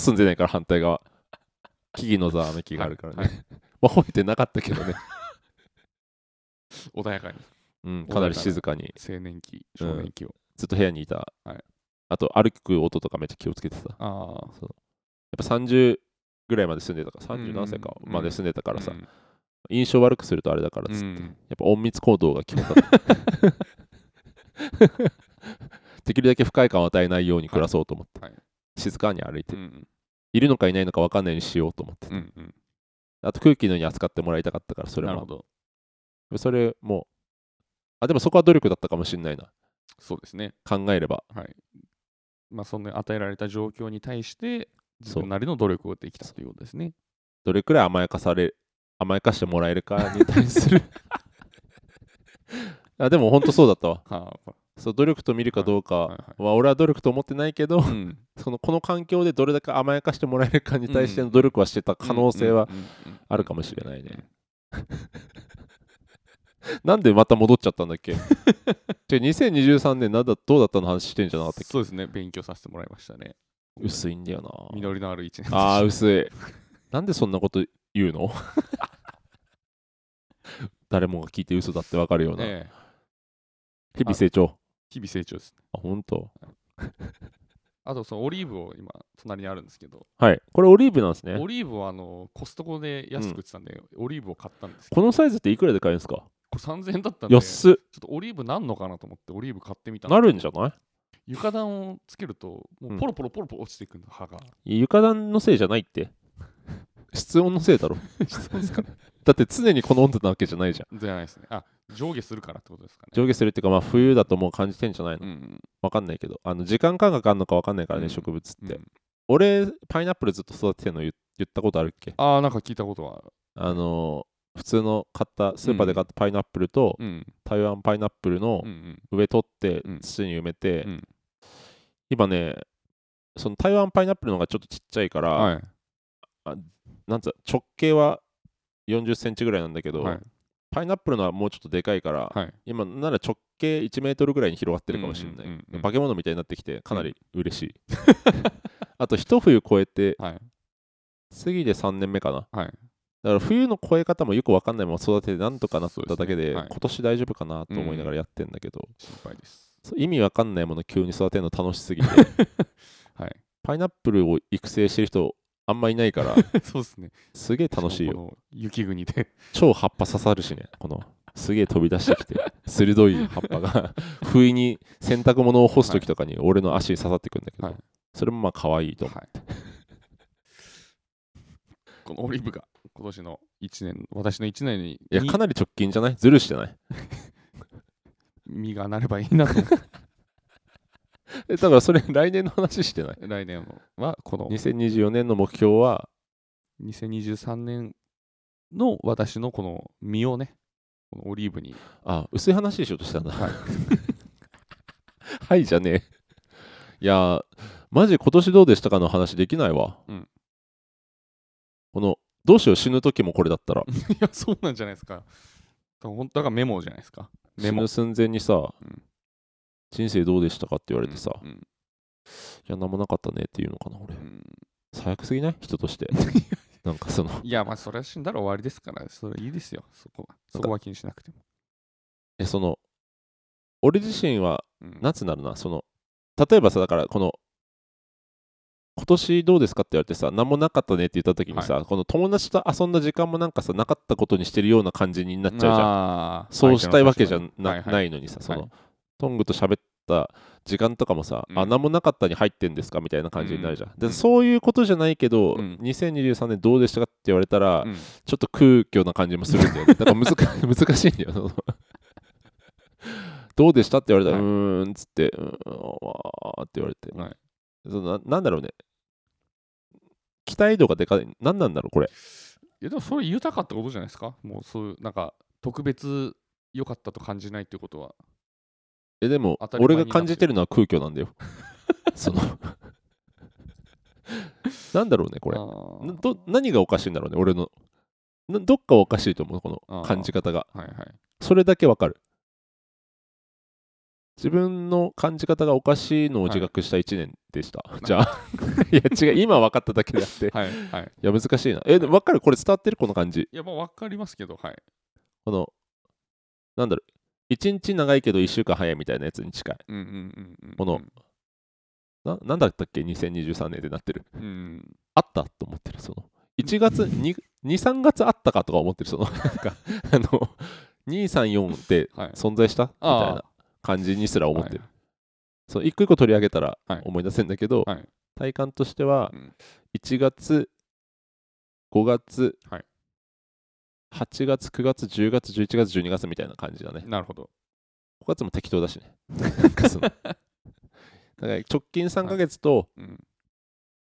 S1: 住んでないから反対側木々のざわめきがあるからね、
S2: はい
S1: まあ吠えてなかったけどね、
S2: 穏やかに
S1: うん、かなり静かに
S2: 青年期、少年期を。
S1: ずっと部屋にいた、
S2: はい
S1: あと歩く音とかめっちゃ気をつけてたやっ
S2: ああ。
S1: ぱ30ぐらいまで住んでたから30何歳か
S2: うん
S1: まで住んでたからさ、
S2: うん
S1: 印象悪くするとあれだからっつって、
S2: うん
S1: やっぱ隠密行動が決 まったできるだけ不快感を与えないように暮らそうと思って、
S2: はいはい
S1: 静かに歩いて、
S2: うん
S1: いるのかいないのか分かんないようにしようと思って、
S2: うんうん
S1: あと空気のように扱ってもらいたかったからそれ
S2: なる
S1: は
S2: ほど。
S1: それもあでもそこは努力だったかもしれないな
S2: そうですね。
S1: 考えれば
S2: はい。まあ、その与えられた状況に対して、自
S1: そう
S2: 分なりの努力をできたということですね。
S1: どれくらい甘やかされ甘やかしてもらえるか に対するあでも本当そうだったわ
S2: はあ
S1: そう努力と見るかどうか
S2: はい
S1: は
S2: は
S1: 俺は努力と思ってないけど
S2: いうん
S1: そのこの環境でどれだけ甘やかしてもらえるかに対しての努力はしてた可能性は
S2: うんうんうんうん
S1: あるかもしれないねなんでまた戻っちゃったんだっけ じゃ2023年なんだどうだったの話してんじゃなかった っけ
S2: そうですね。勉強させてもらいましたね。
S1: 薄いんだよな
S2: 実りのある一年でした
S1: あー薄いなんでそんなこと言うの 誰もが聞いて嘘だってわかるような、
S2: ええ
S1: 日々成長
S2: 日々成長です。
S1: あ本当
S2: あと、そのオリーブを今、隣にあるんですけど、
S1: はいこれオリーブなんですね
S2: オリーブはあのコストコで安く売ってたんで、オリーブを買ったんですけど、
S1: このサイズっていくらで買えるんですか
S2: これ3000円だったんで、ちょっ
S1: 安っ
S2: とオリーブなんのかなと思って、オリーブ買ってみたんです
S1: なるんじゃない
S2: 床暖をつけると、もうポロポロポロポロ落ちていくの、歯が。
S1: 床暖のせいじゃないって室温のせいだろ だって常にこの温度なわけじゃないじゃん
S2: じゃないですね。あ、上下するからってことですかね。
S1: 上下するっていうかまあ冬だともう感じてんじゃないの
S2: うん
S1: わかんないけどあの時間感覚あんのかわかんないからね、
S2: うん
S1: 植物っ
S2: うん
S1: て、
S2: うん
S1: 俺パイナップルずっと育ててんの言言ったことあるっけ
S2: ああ、なんか聞いたことは。
S1: あのー普通の買ったスーパーで買ったパイナップルと、
S2: うん。
S1: 台湾パイナップルの
S2: うんうん
S1: 上取って
S2: うん
S1: 土に埋めて、
S2: うん
S1: 今ねその台湾パイナップルの方がちょっとちっちゃいから、
S2: はい。
S1: なんつうの直径は40センチぐらいなんだけど、
S2: はい。
S1: パイナップルのはもうちょっとでかいから、
S2: はい。
S1: 今なら直径1メートルぐらいに広がってるかもしれない、
S2: うんうんうんうん
S1: 化け物みたいになってきてかなり嬉 しい、あと一冬越えて
S2: はい。
S1: 次で3年目かな
S2: はい。
S1: だから冬の越え方もよくわかんないまま育ててなんとかなっ
S2: そう
S1: た
S2: です
S1: だけ
S2: ね
S1: で
S2: はい
S1: 今年大丈夫かなと思いながらやってんだけど、
S2: 心配です。
S1: そう意味わかんないもの急に育てるの楽しすぎて
S2: はい。
S1: パイナップルを育成してる人あんまいない から
S2: そうですね。
S1: すげえ楽しいよ
S2: この雪国で。
S1: 超葉っぱ刺さるしねこのすげえ飛び出してきて鋭い葉っぱ が不意に洗濯物を干す時とかに俺の足に刺さってくんだけど、
S2: はい
S1: それもまあ可愛いと思
S2: はい、 このオリーブが今年の1年、私の1年に
S1: ういやかなり直近じゃないズルしてない
S2: 実がなればいいなと思って
S1: えだからそれ来年の話してない
S2: 来年はこの
S1: 2024年の目標は
S2: 2023年の私のこの実をね、このオリーブに。
S1: あ薄い話しようとしたんだ
S2: はい
S1: はいじゃねえいやーマジ今年どうでしたかの話できないわ、
S2: うん
S1: このどうしよう死ぬ時もこれだったら
S2: いや、そうなんじゃないですか。多分本当だからメモじゃないですか。 メ
S1: 死
S2: モ
S1: ぬ。寸前にさ、
S2: うん
S1: 人生どうでしたかって言われてさ、
S2: う
S1: い
S2: ん
S1: や何もなかったねっていうのかな俺
S2: うん
S1: 最悪すぎない人として なんかその
S2: いや、まあ、それは死んだら終わりですから、それいいですよ。そこは。そこは気にしなくても。
S1: えその俺自身は
S2: うん
S1: なんつうんだろうなその例えばさだからこの今年どうですかって言われてさ何もなかったねって言った時にさ、この友達と遊んだ時間もなんかさなかったことにしてるような感じになっちゃうじゃん
S2: ゃ。
S1: そうしたいわけじゃな,、ないいのにさその、
S2: はい
S1: トングと喋った時間とかもさ、
S2: うん
S1: あ何もなかったに入ってんですかみたいな感じになるじゃん、
S2: うん
S1: で
S2: うん
S1: そういうことじゃないけど、
S2: うん
S1: 2023年どうでしたかって言われたら、
S2: うん
S1: ちょっと空虚な感じもするんだよ ねだから難 難しいんだよそのどうでしたって言われたら、
S2: はいう
S1: ーんっつってうーんわーって言われて、
S2: はい
S1: そのななんだろうね期待度がでかい何なんだろうこれ
S2: いやでもそれ豊かってことじゃないですかもうそういうなんか特別良かったと感じないっていうことは
S1: えでも
S2: 当たり前
S1: 俺
S2: に
S1: が感じてるのは空虚なんだよ その なんだろうねこれ
S2: あ
S1: な
S2: ー
S1: ど何がおかしいんだろうね俺のなどっかおかしいと思うこ
S2: あ
S1: の
S2: ー
S1: 感じ方が
S2: はいはい
S1: それだけわかる自分の感じ方がおかしいのを自覚した1年でした、じゃあ いや違う今分かっただけであってい
S2: はいはい
S1: や難しいなえでも分かるこれ伝わってるこの感じ
S2: いやまあ分かりますけどはい
S1: このなんだろう1日長いけど1週間早いみたいなやつに近い
S2: うんうんうんうんうん
S1: このななんだったっけ2023年でなってる
S2: うん
S1: あったと思ってる、その。1月、2、3月あったかとか思ってる、その、なん か、あの、2、3、4って
S2: はい
S1: 存在したみたい
S2: ああ
S1: な感じにすら思ってる。
S2: はい
S1: その一個一個取り上げたら
S2: はい
S1: 思い出せんだけど、
S2: はい
S1: 体感としては
S2: うん、
S1: 1月、5月、
S2: はい
S1: 8月、9月、10月、11月、12月みたいな感じだね。
S2: なるほど
S1: 5月も適当だし ね。なんかそのだから直近3ヶ月と、
S2: うん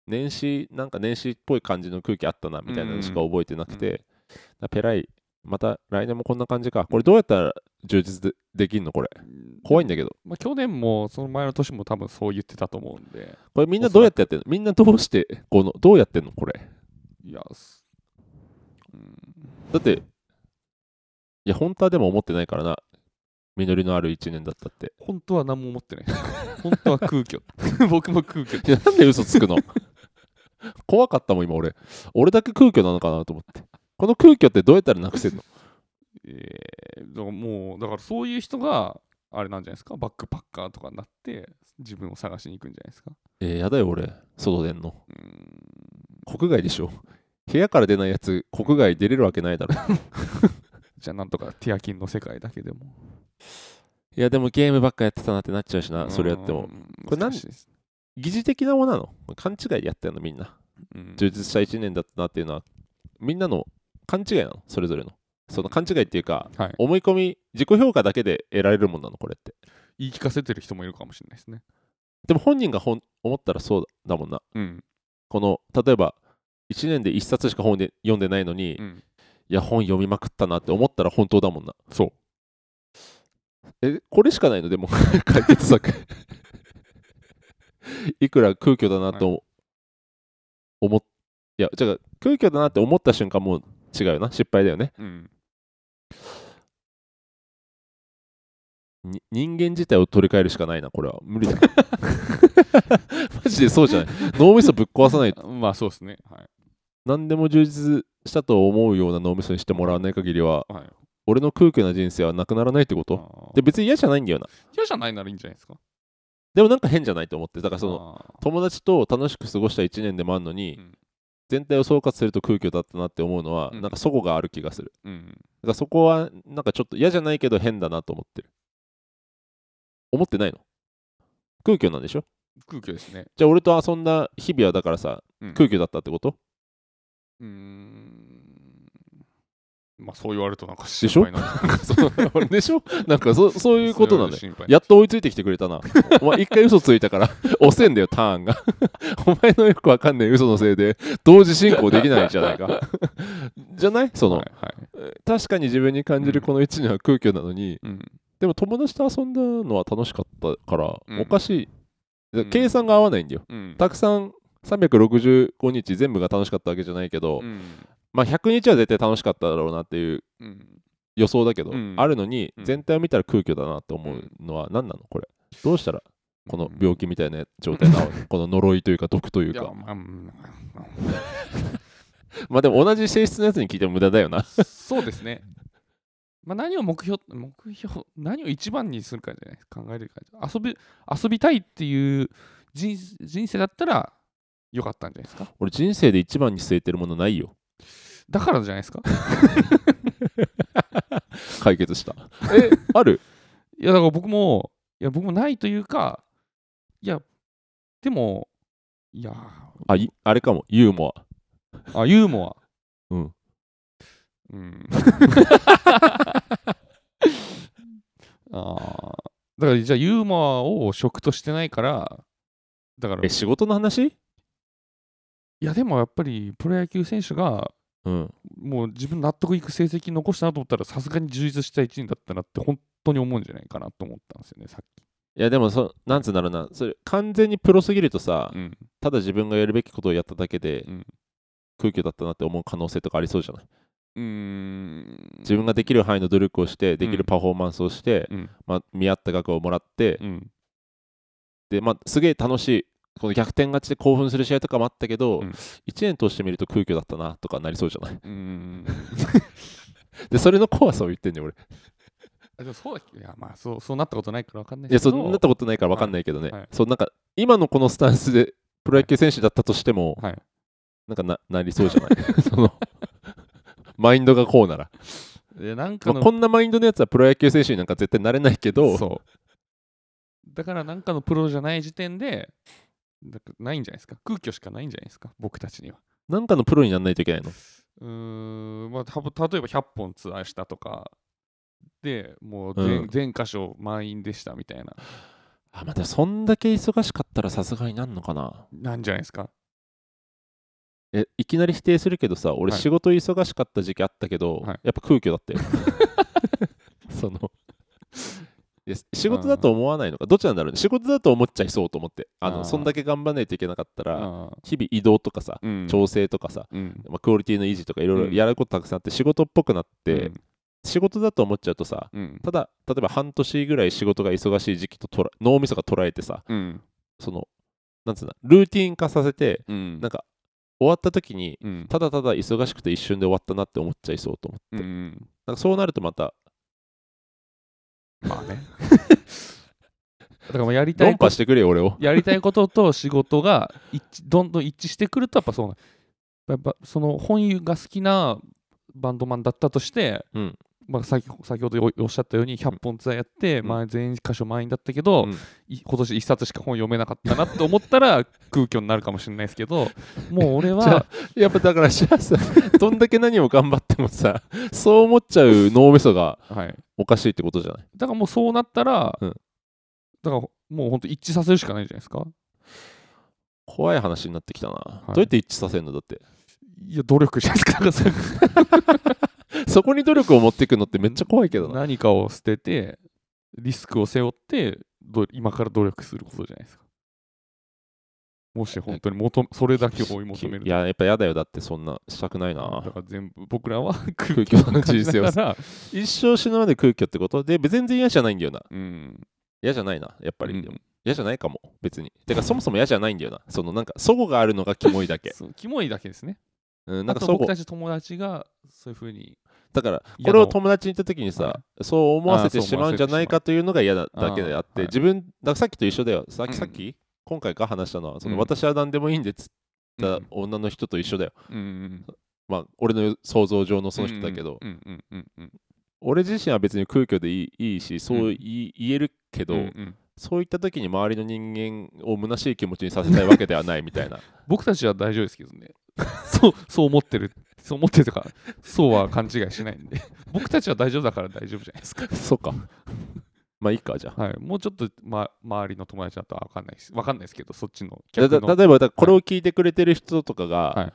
S1: 年始なんか年始っぽい感じの空気あったなみたいなのしか覚えてなくて、だからペライまた来年もこんな感じかこれどうやったら充実でできんのこれ怖いんだけど
S2: まあ去年もその前の年も多分そう言ってたと思うんで
S1: これみんなどうやってやってんのみんなどうしてこのどうやってんのこれ
S2: いやすうん
S1: だっていや本当はでも思ってないからな実りのある1年だったって
S2: 本当は何も思ってない本当は空虚 僕も空虚
S1: いやなんで嘘つく の怖かったもん今俺俺だけ空虚なのかなと思ってこの空虚ってどうやったらなくせんの
S2: えー、だからもうだからそういう人があれなんじゃないですかバックパッカーとかになって自分を探しに行くんじゃないですか
S1: えーやだよ俺外出んの
S2: うーん
S1: 国外でしょ部屋から出ないやつ国外出れるわけないだろ
S2: じゃあなんとかティアキンの世界だけでも
S1: いやでもゲームばっかやってたなってなっちゃうしなそれやって
S2: う
S1: も
S2: ーん
S1: これなん
S2: 難しいです
S1: 疑似的なものなの勘違いでやってんのみんな
S2: うん
S1: 充実した1年だったなっていうのはみんなの勘違いなのそれぞれのその勘違いっていうか
S2: はい、
S1: 思い込み自己評価だけで得られるもんなのこれって
S2: 言い聞かせてる人もいるかもしれないですね。
S1: でも本人がほん思ったらそうだもんな
S2: うん。
S1: この例えば1年で1冊しか本で読んでないのに、
S2: う
S1: い
S2: ん、
S1: や本読みまくったなって思ったら本当だもんな
S2: そう。
S1: えこれしかないのでも 解決策 いくら空虚だなと思っ、い、や違う空虚だなって思った瞬間もう違うよな失敗だよね
S2: うん。
S1: に人間自体を取り替えるしかないなこれは無理だマジでそうじゃない脳みそぶっ壊さないと
S2: まあそうですね。は。
S1: 何でも充実したと思うような脳みそにしてもらわない限りはい
S2: はい。
S1: 俺の空虚な人生はなくならないってこと
S2: と
S1: で別に嫌じゃないんだよな
S2: 嫌じゃないならいいんじゃないですか。
S1: でもなんか変じゃないと思ってだからその
S2: の、
S1: 友達と楽しく過ごした1年でもあるのに、
S2: うん
S1: 全体を総括すると空虚だったなって思うのは、
S2: うん
S1: なんかそこがある気がする
S2: うん。
S1: だからそこはなんかちょっと嫌じゃないけど変だなと思ってる思ってないの空虚なんでしょ
S2: 空虚ですね。
S1: じゃあ俺と遊んだ日々はだからさ
S2: うん
S1: 空虚だったってこと、
S2: うーん。まあそう言われるとなんか
S1: しょ
S2: 心配なんで す
S1: そうでしょなんかそそういうことなのよ
S2: 心配
S1: やっと追いついてきてくれたな。 お前一回嘘ついたから、遅せんだよ、ターンが。 お前のよくわかんない嘘のせいで、同時進行できないんじゃないか。 じゃないその、
S2: はいはい
S1: 確かに自分に感じるこの一年は空虚なのに、
S2: うん
S1: でも友達と遊んだのは楽しかったから、
S2: うん
S1: おかしい。
S2: うん
S1: 計算が合わないんだよ。
S2: うん
S1: たくさん365日全部が楽しかったわけじゃないけど、
S2: うん
S1: まあ100日は絶対楽しかっただろうなっていう
S2: うん
S1: 予想だけど、
S2: うん
S1: あるのに
S2: うん
S1: 全体を見たら空虚だなって思うのは何なのこれどうしたらこの病気みたいな状態なの、この呪いというか毒という
S2: いや
S1: か
S2: まあうん
S1: まあでも同じ性質のやつに聞いても無駄だよな
S2: そうですね。 まあ、何を目標、目標、何を一番にするかじゃない考えるか遊び。遊びたいっていう人人生だったらよかったんじゃないですか。
S1: 俺人生で一番に据えてるものないよ
S2: だからじゃないですか。
S1: 解決したえ ある
S2: いや、だから僕も、いや、僕もないというか、いや、でも、いや、
S1: あいあれかもユーモア
S2: あ、ユーモア。
S1: うん。
S2: うん。 ああ。だから、じゃあ、ユーモアを食としてないから、だから
S1: え、仕事の話
S2: いやでもやっぱりプロ野球選手が
S1: うん
S2: もう自分納得いく成績残したなと思ったらさすがに充実した1年だったなって本当に思うんじゃないかなと思ったんですよねさっき。
S1: いやでもそなんつうんだろうなそれ完全にプロすぎるとさ、
S2: うん
S1: ただ自分がやるべきことをやっただけで、
S2: うん
S1: 空虚だったなって思う可能性とかありそうじゃない
S2: うん
S1: 自分ができる範囲の努力をしてできるパフォーマンスをして、
S2: うん
S1: まあ、見合った額をもらって、
S2: うん
S1: で、まあ、すげえ楽しいこの逆転勝ちで興奮する試合とかもあったけど、
S2: うん
S1: 1年通してみると空虚だったなとかなりそうじゃない
S2: うん
S1: でそれの怖さを言ってんねん俺
S2: あでもそうだっけいやまあそうそうなったことないから分かんない
S1: いや
S2: です
S1: そ
S2: け
S1: う
S2: ど
S1: なったことないから分かんないけどね、
S2: はいはい
S1: そうなんか今のこのスタンスでプロ野球選手だったとしても、
S2: はい
S1: なんかな なりそうじゃない そのマインドがこうなら、
S2: いやなんか
S1: まあ
S2: の、
S1: こんなマインドのやつはプロ野球選手になんか絶対なれないけど
S2: そうだからなんかのプロじゃない時点でだからないんじゃないですか空虚しかないんじゃないですか僕たちには。
S1: なんかのプロにならないといけないの
S2: うーんまあ、たぶん例えば100本ツアーしたとかでもう全,、
S1: うん
S2: 全箇所満員でしたみたいな
S1: あ、まあ、でもそんだけ忙しかったらさすがになんのかな。
S2: なんじゃないですか
S1: え、いきなり否定するけどさ、俺
S2: はい
S1: 仕事忙しかった時期あったけど、
S2: はい
S1: やっぱ空虚だ ったよ。その。いや仕事だと思わないのか、どっちなんだろうね。仕事だと思っちゃいそうと思って、あの
S2: あー
S1: そんだけ頑張らないといけなかったら、
S2: あ
S1: 日々移動とかさ、
S2: うん
S1: 調整とかさ、
S2: うん
S1: まあ、クオリティの維持とかいろいろ
S2: うん
S1: やることたくさんあって、仕事っぽくなって、
S2: うん
S1: 仕事だと思っちゃうとさ、
S2: うん
S1: ただ、例えば半年ぐらい仕事が忙しい時期ととら脳みそが捉えてさ、
S2: うん
S1: その、なんつうんだ、ルーティン化させて、
S2: うん
S1: なんか終わった時に
S2: うん
S1: ただただ忙しくて一瞬で終わったなって思っちゃいそうと思って、
S2: うん
S1: なんかそうなるとまた
S2: まあねだからまあやりた
S1: 論
S2: いこ
S1: 破してくれよ俺を
S2: やりたいことと仕事が一致どんどん一致してくるとやっぱそうなやっぱその本優が好きなバンドマンだったとして、
S1: うん
S2: まあ、先先ほどおおっしゃったように100本ツアーやって、
S1: うん
S2: まあ、全箇所満員だったけど、
S1: うん
S2: い今年1冊しか本読めなかったなと思っ たら空虚になるかもしれないですけどもう俺
S1: じゃあ
S2: は
S1: やっぱだからじゃあさ どんだけ何を頑張ってもさそう思っちゃう脳みそが
S2: はい、
S1: おかしいってことじゃない
S2: だからもうそうなったら、
S1: うん
S2: だからもう本当一致させるしかないじゃないですか
S1: 怖い話になってきたな、ど
S2: い
S1: うやって一致させるのだって
S2: いや努力じゃないですか だから
S1: そこに努力を持っていくのってめっちゃ怖いけどな
S2: 何かを捨ててリスクを背負ってど今から努力することじゃないですかもし本当に求めそれだけを追い求める
S1: いややっぱやだよだってそんなしたくないな
S2: だから全部僕らは 空
S1: 空
S2: 気
S1: 気
S2: を
S1: を
S2: 感
S1: 感
S2: じ
S1: じ
S2: な
S1: な
S2: が
S1: が
S2: ら、
S1: 一生死ぬまで空虚ってことで全然嫌じゃないんだよな
S2: うん、
S1: 嫌じゃないなやっぱり、
S2: うん
S1: でも嫌じゃないかも別にてかそもそも嫌じゃないんだよなそのなんか齟齬があるのがキモいだけ、
S2: そうキモいだけですね
S1: うん、な
S2: あ
S1: んか
S2: と
S1: 齟
S2: 僕
S1: 齬
S2: たち友達がそういうふうに
S1: だからこ
S2: 嫌な
S1: れを友達に言った時に
S2: は
S1: さそう思わせ
S2: あ
S1: て
S2: ー
S1: し
S2: そう
S1: まうんじゃないかというのが嫌なだけであっ
S2: あーは
S1: て
S2: い
S1: 自分だからさっきと一緒だよさっ
S2: う
S1: き
S2: ん
S1: さっき今回が話したのはそうの
S2: ん
S1: 私は何でもいいんでっつっ
S2: う
S1: た
S2: ん
S1: 女の人と一緒だよ
S2: うん
S1: まあ俺の想像上のその人だけど
S2: うんうんうんうん
S1: 俺自身は別に空虚でいいいいしそう言い言えるけど
S2: うんうん
S1: そういった時に周りの人間を虚 しい気持ちにさせたいわけではないみたいな
S2: 僕たちは大丈夫ですけどねそうそう思ってるそう思ってるとか、そうは勘違いしないんで、僕たちは大丈夫だから大丈夫じゃないですか。
S1: そうか。まあいいか、じゃあ。
S2: はい、もうちょっと、ま、周りの友達だとわかんないです。わかんないですけど、そっちの
S1: だ
S2: 逆
S1: だ
S2: の。
S1: 例えば、だこれを聞いてくれてる人とかが、
S2: はい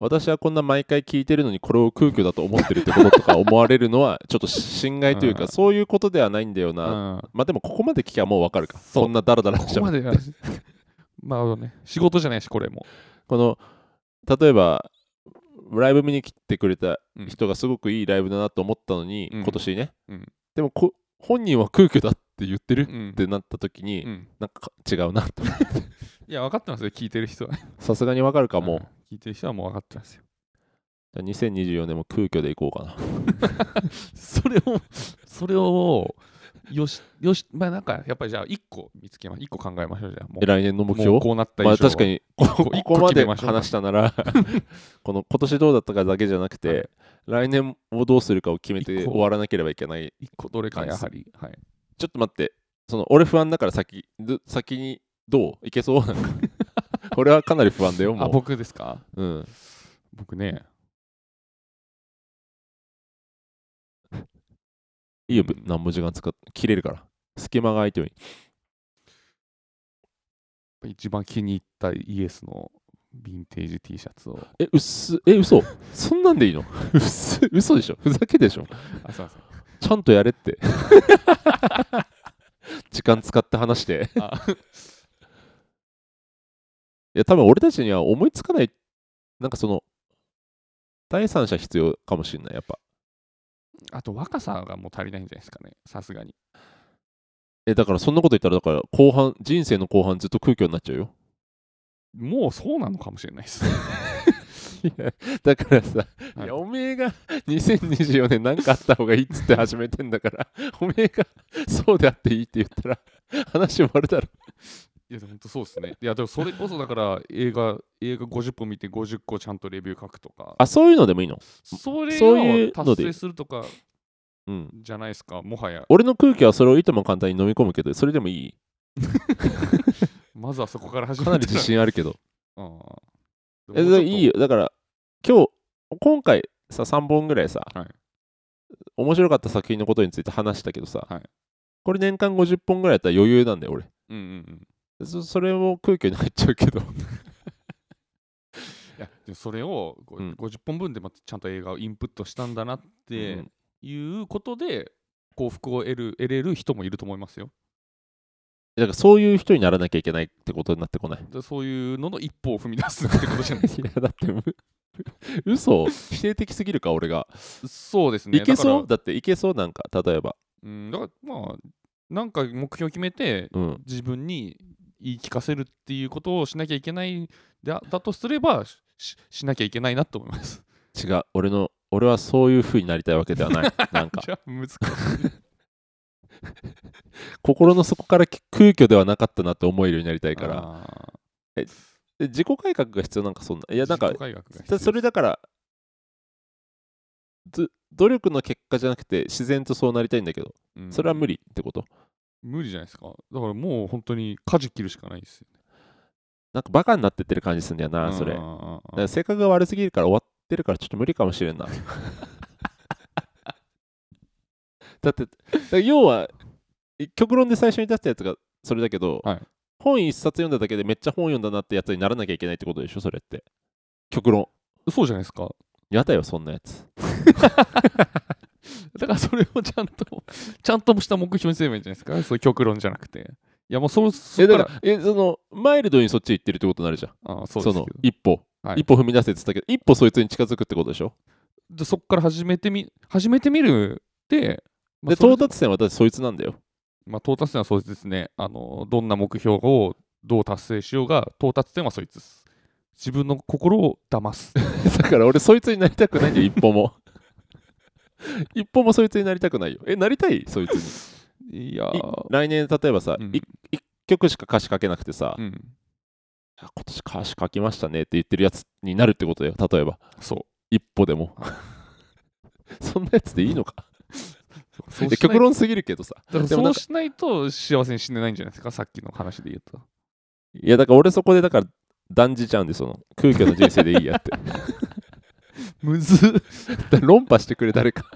S1: 私はこんな毎回聞いてるのにこれを空虚だと思ってるってこととか思われるのはちょっと侵害という
S2: う
S1: か
S2: ん
S1: そういうことではないんだよ
S2: う
S1: な、
S2: ん、
S1: まあでもここまで聞きゃもうわかるか
S2: そう
S1: そんなダラダラ
S2: こ
S1: しち
S2: こ
S1: ゃ
S2: ま
S1: う
S2: でやらし まあね、仕事じゃないし、これも。
S1: この例えばライブ見に来てくれた人がすごくいいライブだなと思ったのに、
S2: うん
S1: 今年ね、
S2: うん
S1: でもこ本人は空虚だって言ってるっ
S2: うん
S1: てなった時に、
S2: うん
S1: なんか違うなと
S2: いや、分かってますよ、聞いてる人は。
S1: さすがにわかるかも、
S2: うん聞いてる人はもう分かってますよ。
S1: じゃあ2024年も空虚でいこうかな
S2: それを、 それを、よし、よし、まあなんか、やっぱりじゃあ、1個見つけます。1個考えましょう、じゃあ。もう
S1: え来年の目標
S2: もうこうなった以上
S1: ま
S2: は
S1: あ確かにここ
S2: 一個
S1: こま
S2: 決
S1: で
S2: めましょう
S1: 話したな らこの今年どうだったかだけじゃなくて、来年をどうするかを決めて
S2: 一個
S1: 終わらなければいけない
S2: 一個どれかやはり、はい、
S1: ちょっと待ってその俺不安だから先ど先にどういけそうなん か俺はかなり不安だよも
S2: あ
S1: う
S2: 僕ですか
S1: うん、
S2: 僕ね
S1: いいよぶ何も時間使って切れるから隙間が空いてもいい
S2: 一番気に入ったイエスのヴィンテージ T シャツを
S1: えうっすえ嘘そんなんでいい のうっす嘘でしょふざけでしょ
S2: あすいません
S1: ちゃんとやれって 時間使って話して
S2: あ
S1: いや多分俺たちには思いつかないなんかその第三者必要かもしれないやっぱ
S2: あと若さがもう足りないんじゃないですかねさすがに
S1: えだからそんなこと言ったらだから後半人生の後半ずっと空虚になっちゃうよ
S2: もうそうなのかもし れないです
S1: だからさ、、
S2: はいい
S1: やおめえが2024年何かあった方がいいっつって始めてんだから おめえがそうであっていいって言ったら話終わるだろ
S2: いや本当そうですねいやでもそれこそだから映画映画50本見て50個ちゃんとレビュー書くとか
S1: あそういうのでもいいの
S2: それ
S1: そういう
S2: を
S1: ので
S2: 達成するとか
S1: うん
S2: じゃないですかもはや
S1: 俺の空気はそれをいとも簡単に飲み込むけどそれでもい い
S2: まずはそこから始め
S1: か
S2: た
S1: な
S2: ら
S1: り 自信あるけど
S2: うん
S1: え
S2: でももうちょっと
S1: いいよだから今日今回さ3本ぐらいさ、
S2: はい
S1: 面白かった作品のことについて話したけどさ、
S2: はい
S1: これ年間50本ぐらいやったら余裕なんだよ俺
S2: うんうんうん
S1: そそれも空虚に入っちゃうけど
S2: いやでもそれをご
S1: うん
S2: 50本分でまたちゃんと映画をインプットしたんだなっ
S1: う
S2: て
S1: ん
S2: いうことで幸福を得る得れる人もいると思いますよ。
S1: だからそういう人にならなきゃいけないってことになってこない
S2: でそういうのの一歩を踏み出すってことじゃないです
S1: いやだってう 嘘否定的すぎるか俺が、
S2: か。 そうですね。
S1: いけそう
S2: だか
S1: だっていけそうなんか例えば
S2: らうんだからまあなんか目標を決めて
S1: うん
S2: 自分に言い聞かせるっていうことをしなきゃいけないだだとすればしししなきゃいけないなと思います。
S1: 違う俺の俺はそういう風になりたいわけではないなんか
S2: じゃあ 難しい。
S1: 心の底から空虚ではなかったなって思えるようになりたいから
S2: あ
S1: で自己改革が必要なんかそんない
S2: ー
S1: やなんか
S2: 自己改革が必
S1: だ
S2: 要
S1: それだからず努力の結果じゃなくて自然とそうなりたいんだけど
S2: うん
S1: それは無理ってこと
S2: 無理じゃないですか。だからもう本当に舵切るしかないですよ。
S1: なんかバカになってってる感じすんだよなそれ
S2: うん
S1: だか
S2: うんうんうん
S1: ら性格が悪すぎるから終わってるからちょっと無理かもしれん なだってだから要は極論で最初に出したやつがそれだけど、
S2: はい
S1: 本一冊読んだだけでめっちゃ本読んだなってやつにならなきゃいけないってことでしょそれって極論
S2: そうじゃないですか。
S1: やだよそんなやつ
S2: だからそれをちゃんと、 ちゃんとした目標にすればいいんじゃないですか。そういう極論じゃなくて。いやもうそうそ
S1: え
S2: っ
S1: だ
S2: か
S1: からら、えそのマイルドにそっち行ってるってことになるじゃん
S2: あーそ
S1: そう
S2: です
S1: の
S2: けど
S1: 一歩、
S2: はい
S1: 一歩踏み出せって言ったけど一歩そいつに近づくってことでしょ
S2: でそっから始めてみ、始めてみるで、まあ
S1: で
S2: それ
S1: 到達点はだってそいつなんだよ
S2: まあ、到達点はそうですね。あの、どんな目標をどう達成しようが、到達点はそいつです。自分の心を騙 す。
S1: だから俺そいつになりたくないんだよ一歩 も一歩もそいつになりたくないよえなりたいそいつに
S2: いや
S1: い
S2: ー、
S1: 来年例えばさ、
S2: うん
S1: い一曲しか歌詞書けなくてさ、い
S2: うん、
S1: や今年歌詞書きましたねって言ってるやつになるってことだよ例えば
S2: そ
S1: 一歩で もそんなやつでいいのか
S2: う。そ
S1: え
S2: うしない
S1: 極論すぎるけどさ
S2: だから
S1: でも
S2: そ
S1: なん
S2: う
S1: か
S2: しないと幸せに死ねないんじゃないですか、さっきの話で言うと。
S1: いやだから俺そこでだから断じちゃうんでその空虚の人生でいいやって
S2: むずっ
S1: だ論破してくれ誰か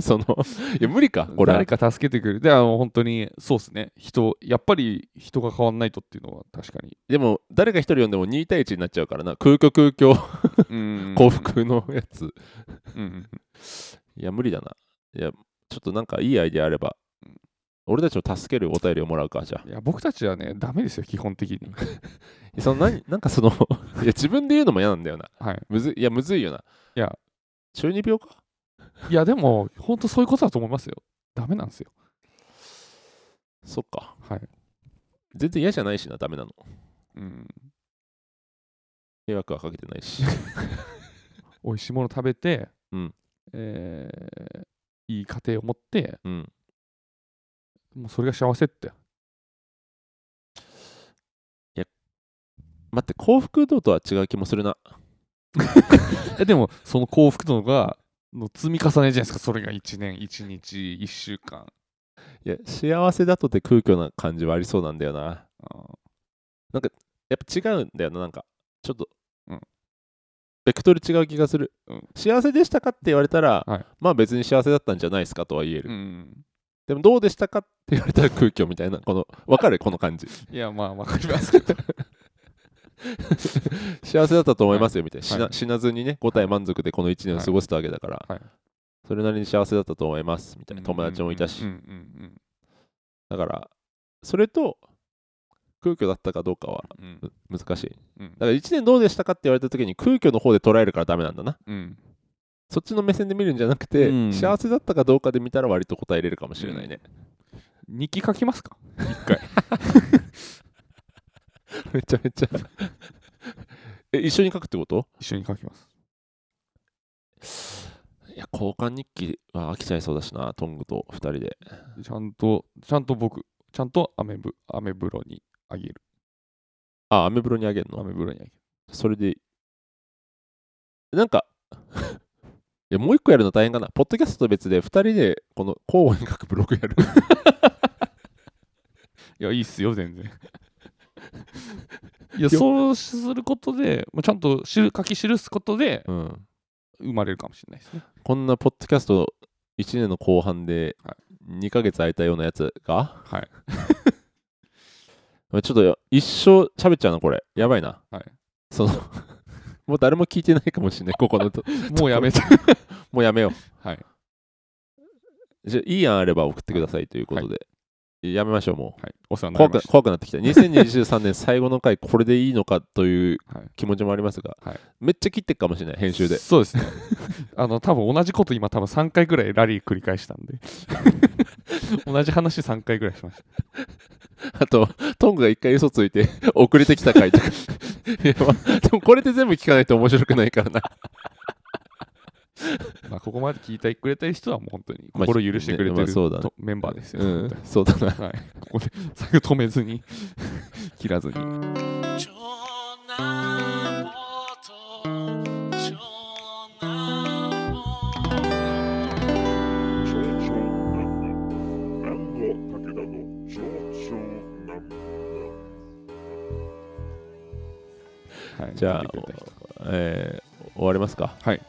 S1: そのいや無理かこれは
S2: 誰か助けてくれであの本当にそうですね人やっぱり人が変わんないとっていうのは確かに
S1: でも誰か一人呼んでも2対1になっちゃうからな空虚空虚
S2: うん
S1: 幸、福のやつ
S2: うんうん
S1: いや無理だないやちょっとなんかいいアイデアあれば俺たちを助けるお便りをもらうかじゃあ
S2: いや僕たちはねダメですよ基本的に
S1: その 何なんかそのいや自分で言うのも嫌なんだよな
S2: はい
S1: むずいいやむずいよない
S2: や
S1: 中二病か
S2: いやでも本当そういうことだと思いますよダメなんですよ
S1: そっか
S2: はい、
S1: 全然嫌じゃないしなダメなの
S2: うん、
S1: 迷惑はかけてない し
S2: 美味しいもの食べて、
S1: うん
S2: えーいい家庭を持って
S1: うん
S2: もうそれが幸せって
S1: 待って幸福度とは違う気もするな
S2: えでもその幸福度がの積み重ねじゃないですかそれが1年1日1週間
S1: いや幸せだとって空虚な感じはありそうなんだよな
S2: あー
S1: やっぱ違うんだよな、なんか、ちょっと、
S2: うん
S1: ベクトル違う気がする、
S2: うん
S1: 幸せでしたかって言われたら、
S2: はい
S1: まあ別に幸せだったんじゃないですかとは言える。
S2: うん
S1: でも、どうでしたかって言われたら空虚みたいな、この、わかるこの感 じ。
S2: いやまあわかりますけど
S1: 幸せだったと思いますよみたいな、
S2: はい
S1: 死な死なずにね、5体満足でこの1年を過ごしたわけだから、
S2: はい
S1: それなりに幸せだったと思いますみたいな、 友達もいたし
S2: う。んうん
S1: だから、それと、空虚だったかどうかは
S2: うん
S1: 難しい。
S2: うんうん
S1: だから1年どうでしたかって言われた時に空虚の方で捉えるからダメなんだな。
S2: うん
S1: そっちの目線で見るんじゃなくて、
S2: うん
S1: 幸せだったかどうかで見たら割と答えれるかもしれないね。
S2: 日記書きますか
S1: めちゃめちゃ え。一緒に書くってこと
S2: 一緒に書きます
S1: いや交換日記は飽きちゃいそうだしな、トングと2人で。
S2: ちゃんとちゃんと僕ちゃんとアメブアメブロにあげる
S1: あ、アメブロにあげる
S2: ア
S1: の
S2: メブロにあげる
S1: それでいい。なんか いや、もう一個やるの大変かな。ポッドキャストと別で2人でこの交互に書くブログやる。
S2: いやいいっすよ全然 いや
S1: よ
S2: そうすることで、まあ、ちゃんと知る書き記すことで
S1: うん
S2: 生まれるかもしれないですね
S1: こんなポッドキャスト1年の後半で
S2: は
S1: 2ヶ月空いたようなやつが、
S2: はい
S1: ちょっとよ一生喋っちゃうな、これ。やばいな。
S2: はい
S1: その もう誰も聞いてないかもしれない、ここの と。
S2: もうやめて
S1: もうやめよ。
S2: はいう
S1: じゃあいい案あれば送ってくださいということで。やめましょう、も
S2: はいお世話
S1: う。
S2: に
S1: 怖
S2: なりま
S1: く
S2: した
S1: 怖くなってきた。2023年最後の回、これでいいのかという
S2: はい
S1: 気持ちもありますが、
S2: はい
S1: めっちゃ切ってっかもしれない、編集で。
S2: そうですね あの多分同じこと今多分3回ぐらいラリー繰り返したん で同じ話3回ぐらいしました
S1: あと、トングが一回嘘ついて 遅れてきた回とか。いや、まあでもこれで全部聞かないと面白くないからな。
S2: まあ、ここまで聞いてくれてる人はもう本当に
S1: まあ
S2: 心許してくれて
S1: ねま
S2: る
S1: あ
S2: と、
S1: そうだね
S2: メンバーですよ、
S1: う
S2: 本
S1: ん、そうだな。
S2: 当にはい、ここで最後止めずに切らずに
S4: 長男坊と長男坊
S5: Jojo Nambu. Rambo Takeda no Jojo Nambu.
S2: はい、
S1: じゃあ
S2: 聞いてくれた人
S1: えー終わりますか。
S2: はい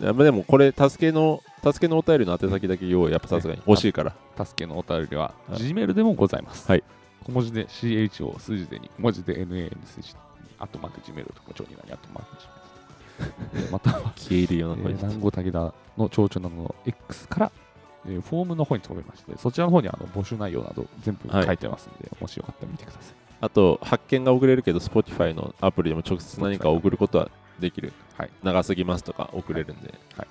S1: や。まあでもこれ、助けの、助けのお便りの宛先だけ用意、やっぱさすがに欲しいから。
S2: 助けのお便りは、
S1: はい
S2: Gmail でもございます。
S1: はい
S2: 小文字で CH を数字で2、小文字で NA に数字、あとマーク Gmail とか、長になにあとマーク Gmail とか。 または、
S1: 消えるよ
S2: え
S1: うな声
S2: ー、
S1: に
S2: 南郷武田の長々などの X から、えーフォームの方に飛べまして、そちらの方にあの募集内容など全部書いてますので、もしよかったら見てください。
S1: あと、発見が遅れるけど、Spotify のアプリでも直接何か送ることはできる。
S2: はい
S1: 長すぎますとか送れるんで。
S2: はい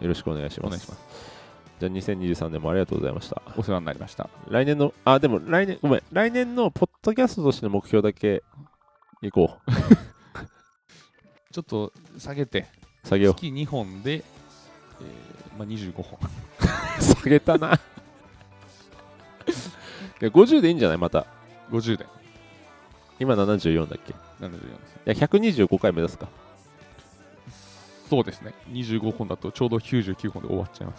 S1: よろしくお願いし
S2: お
S1: ます。
S2: 願いします。
S1: じゃあ2023年もありがとうございました。
S2: お世話になりました。
S1: 来年の、あ、でも来年、ごめん、来年のポッドキャストとしての目標だけ行こ
S2: ちょっと下げて、
S1: う。下げよ
S2: 月2本で、えーまあ、25本。
S1: う。 下げたな。いや50でいいんじゃないまた。
S2: 50で
S1: 今74だっけい
S2: 74です。
S1: や、125回目指すか。
S2: そうですね。25本だとちょうど99本で終わっちゃいま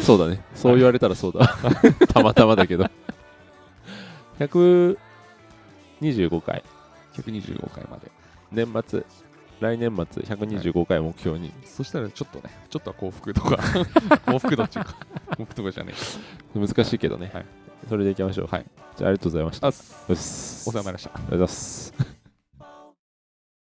S2: す。
S1: そうだね。そう言われたらそうだ。たまたまだけど。100、 25回
S2: 125回まで
S1: 年末来年末125回目標に、
S2: そしたらちょっとねちょっとは幸福度が幸福度っていうか幸福とかじゃねえ
S1: 難しいけどね、
S2: はい
S1: それでいきましょう、
S2: はい
S1: じゃあありがとうございました
S2: あ
S1: よ
S2: っす
S1: し
S2: お世話になりました
S1: ありがとうございます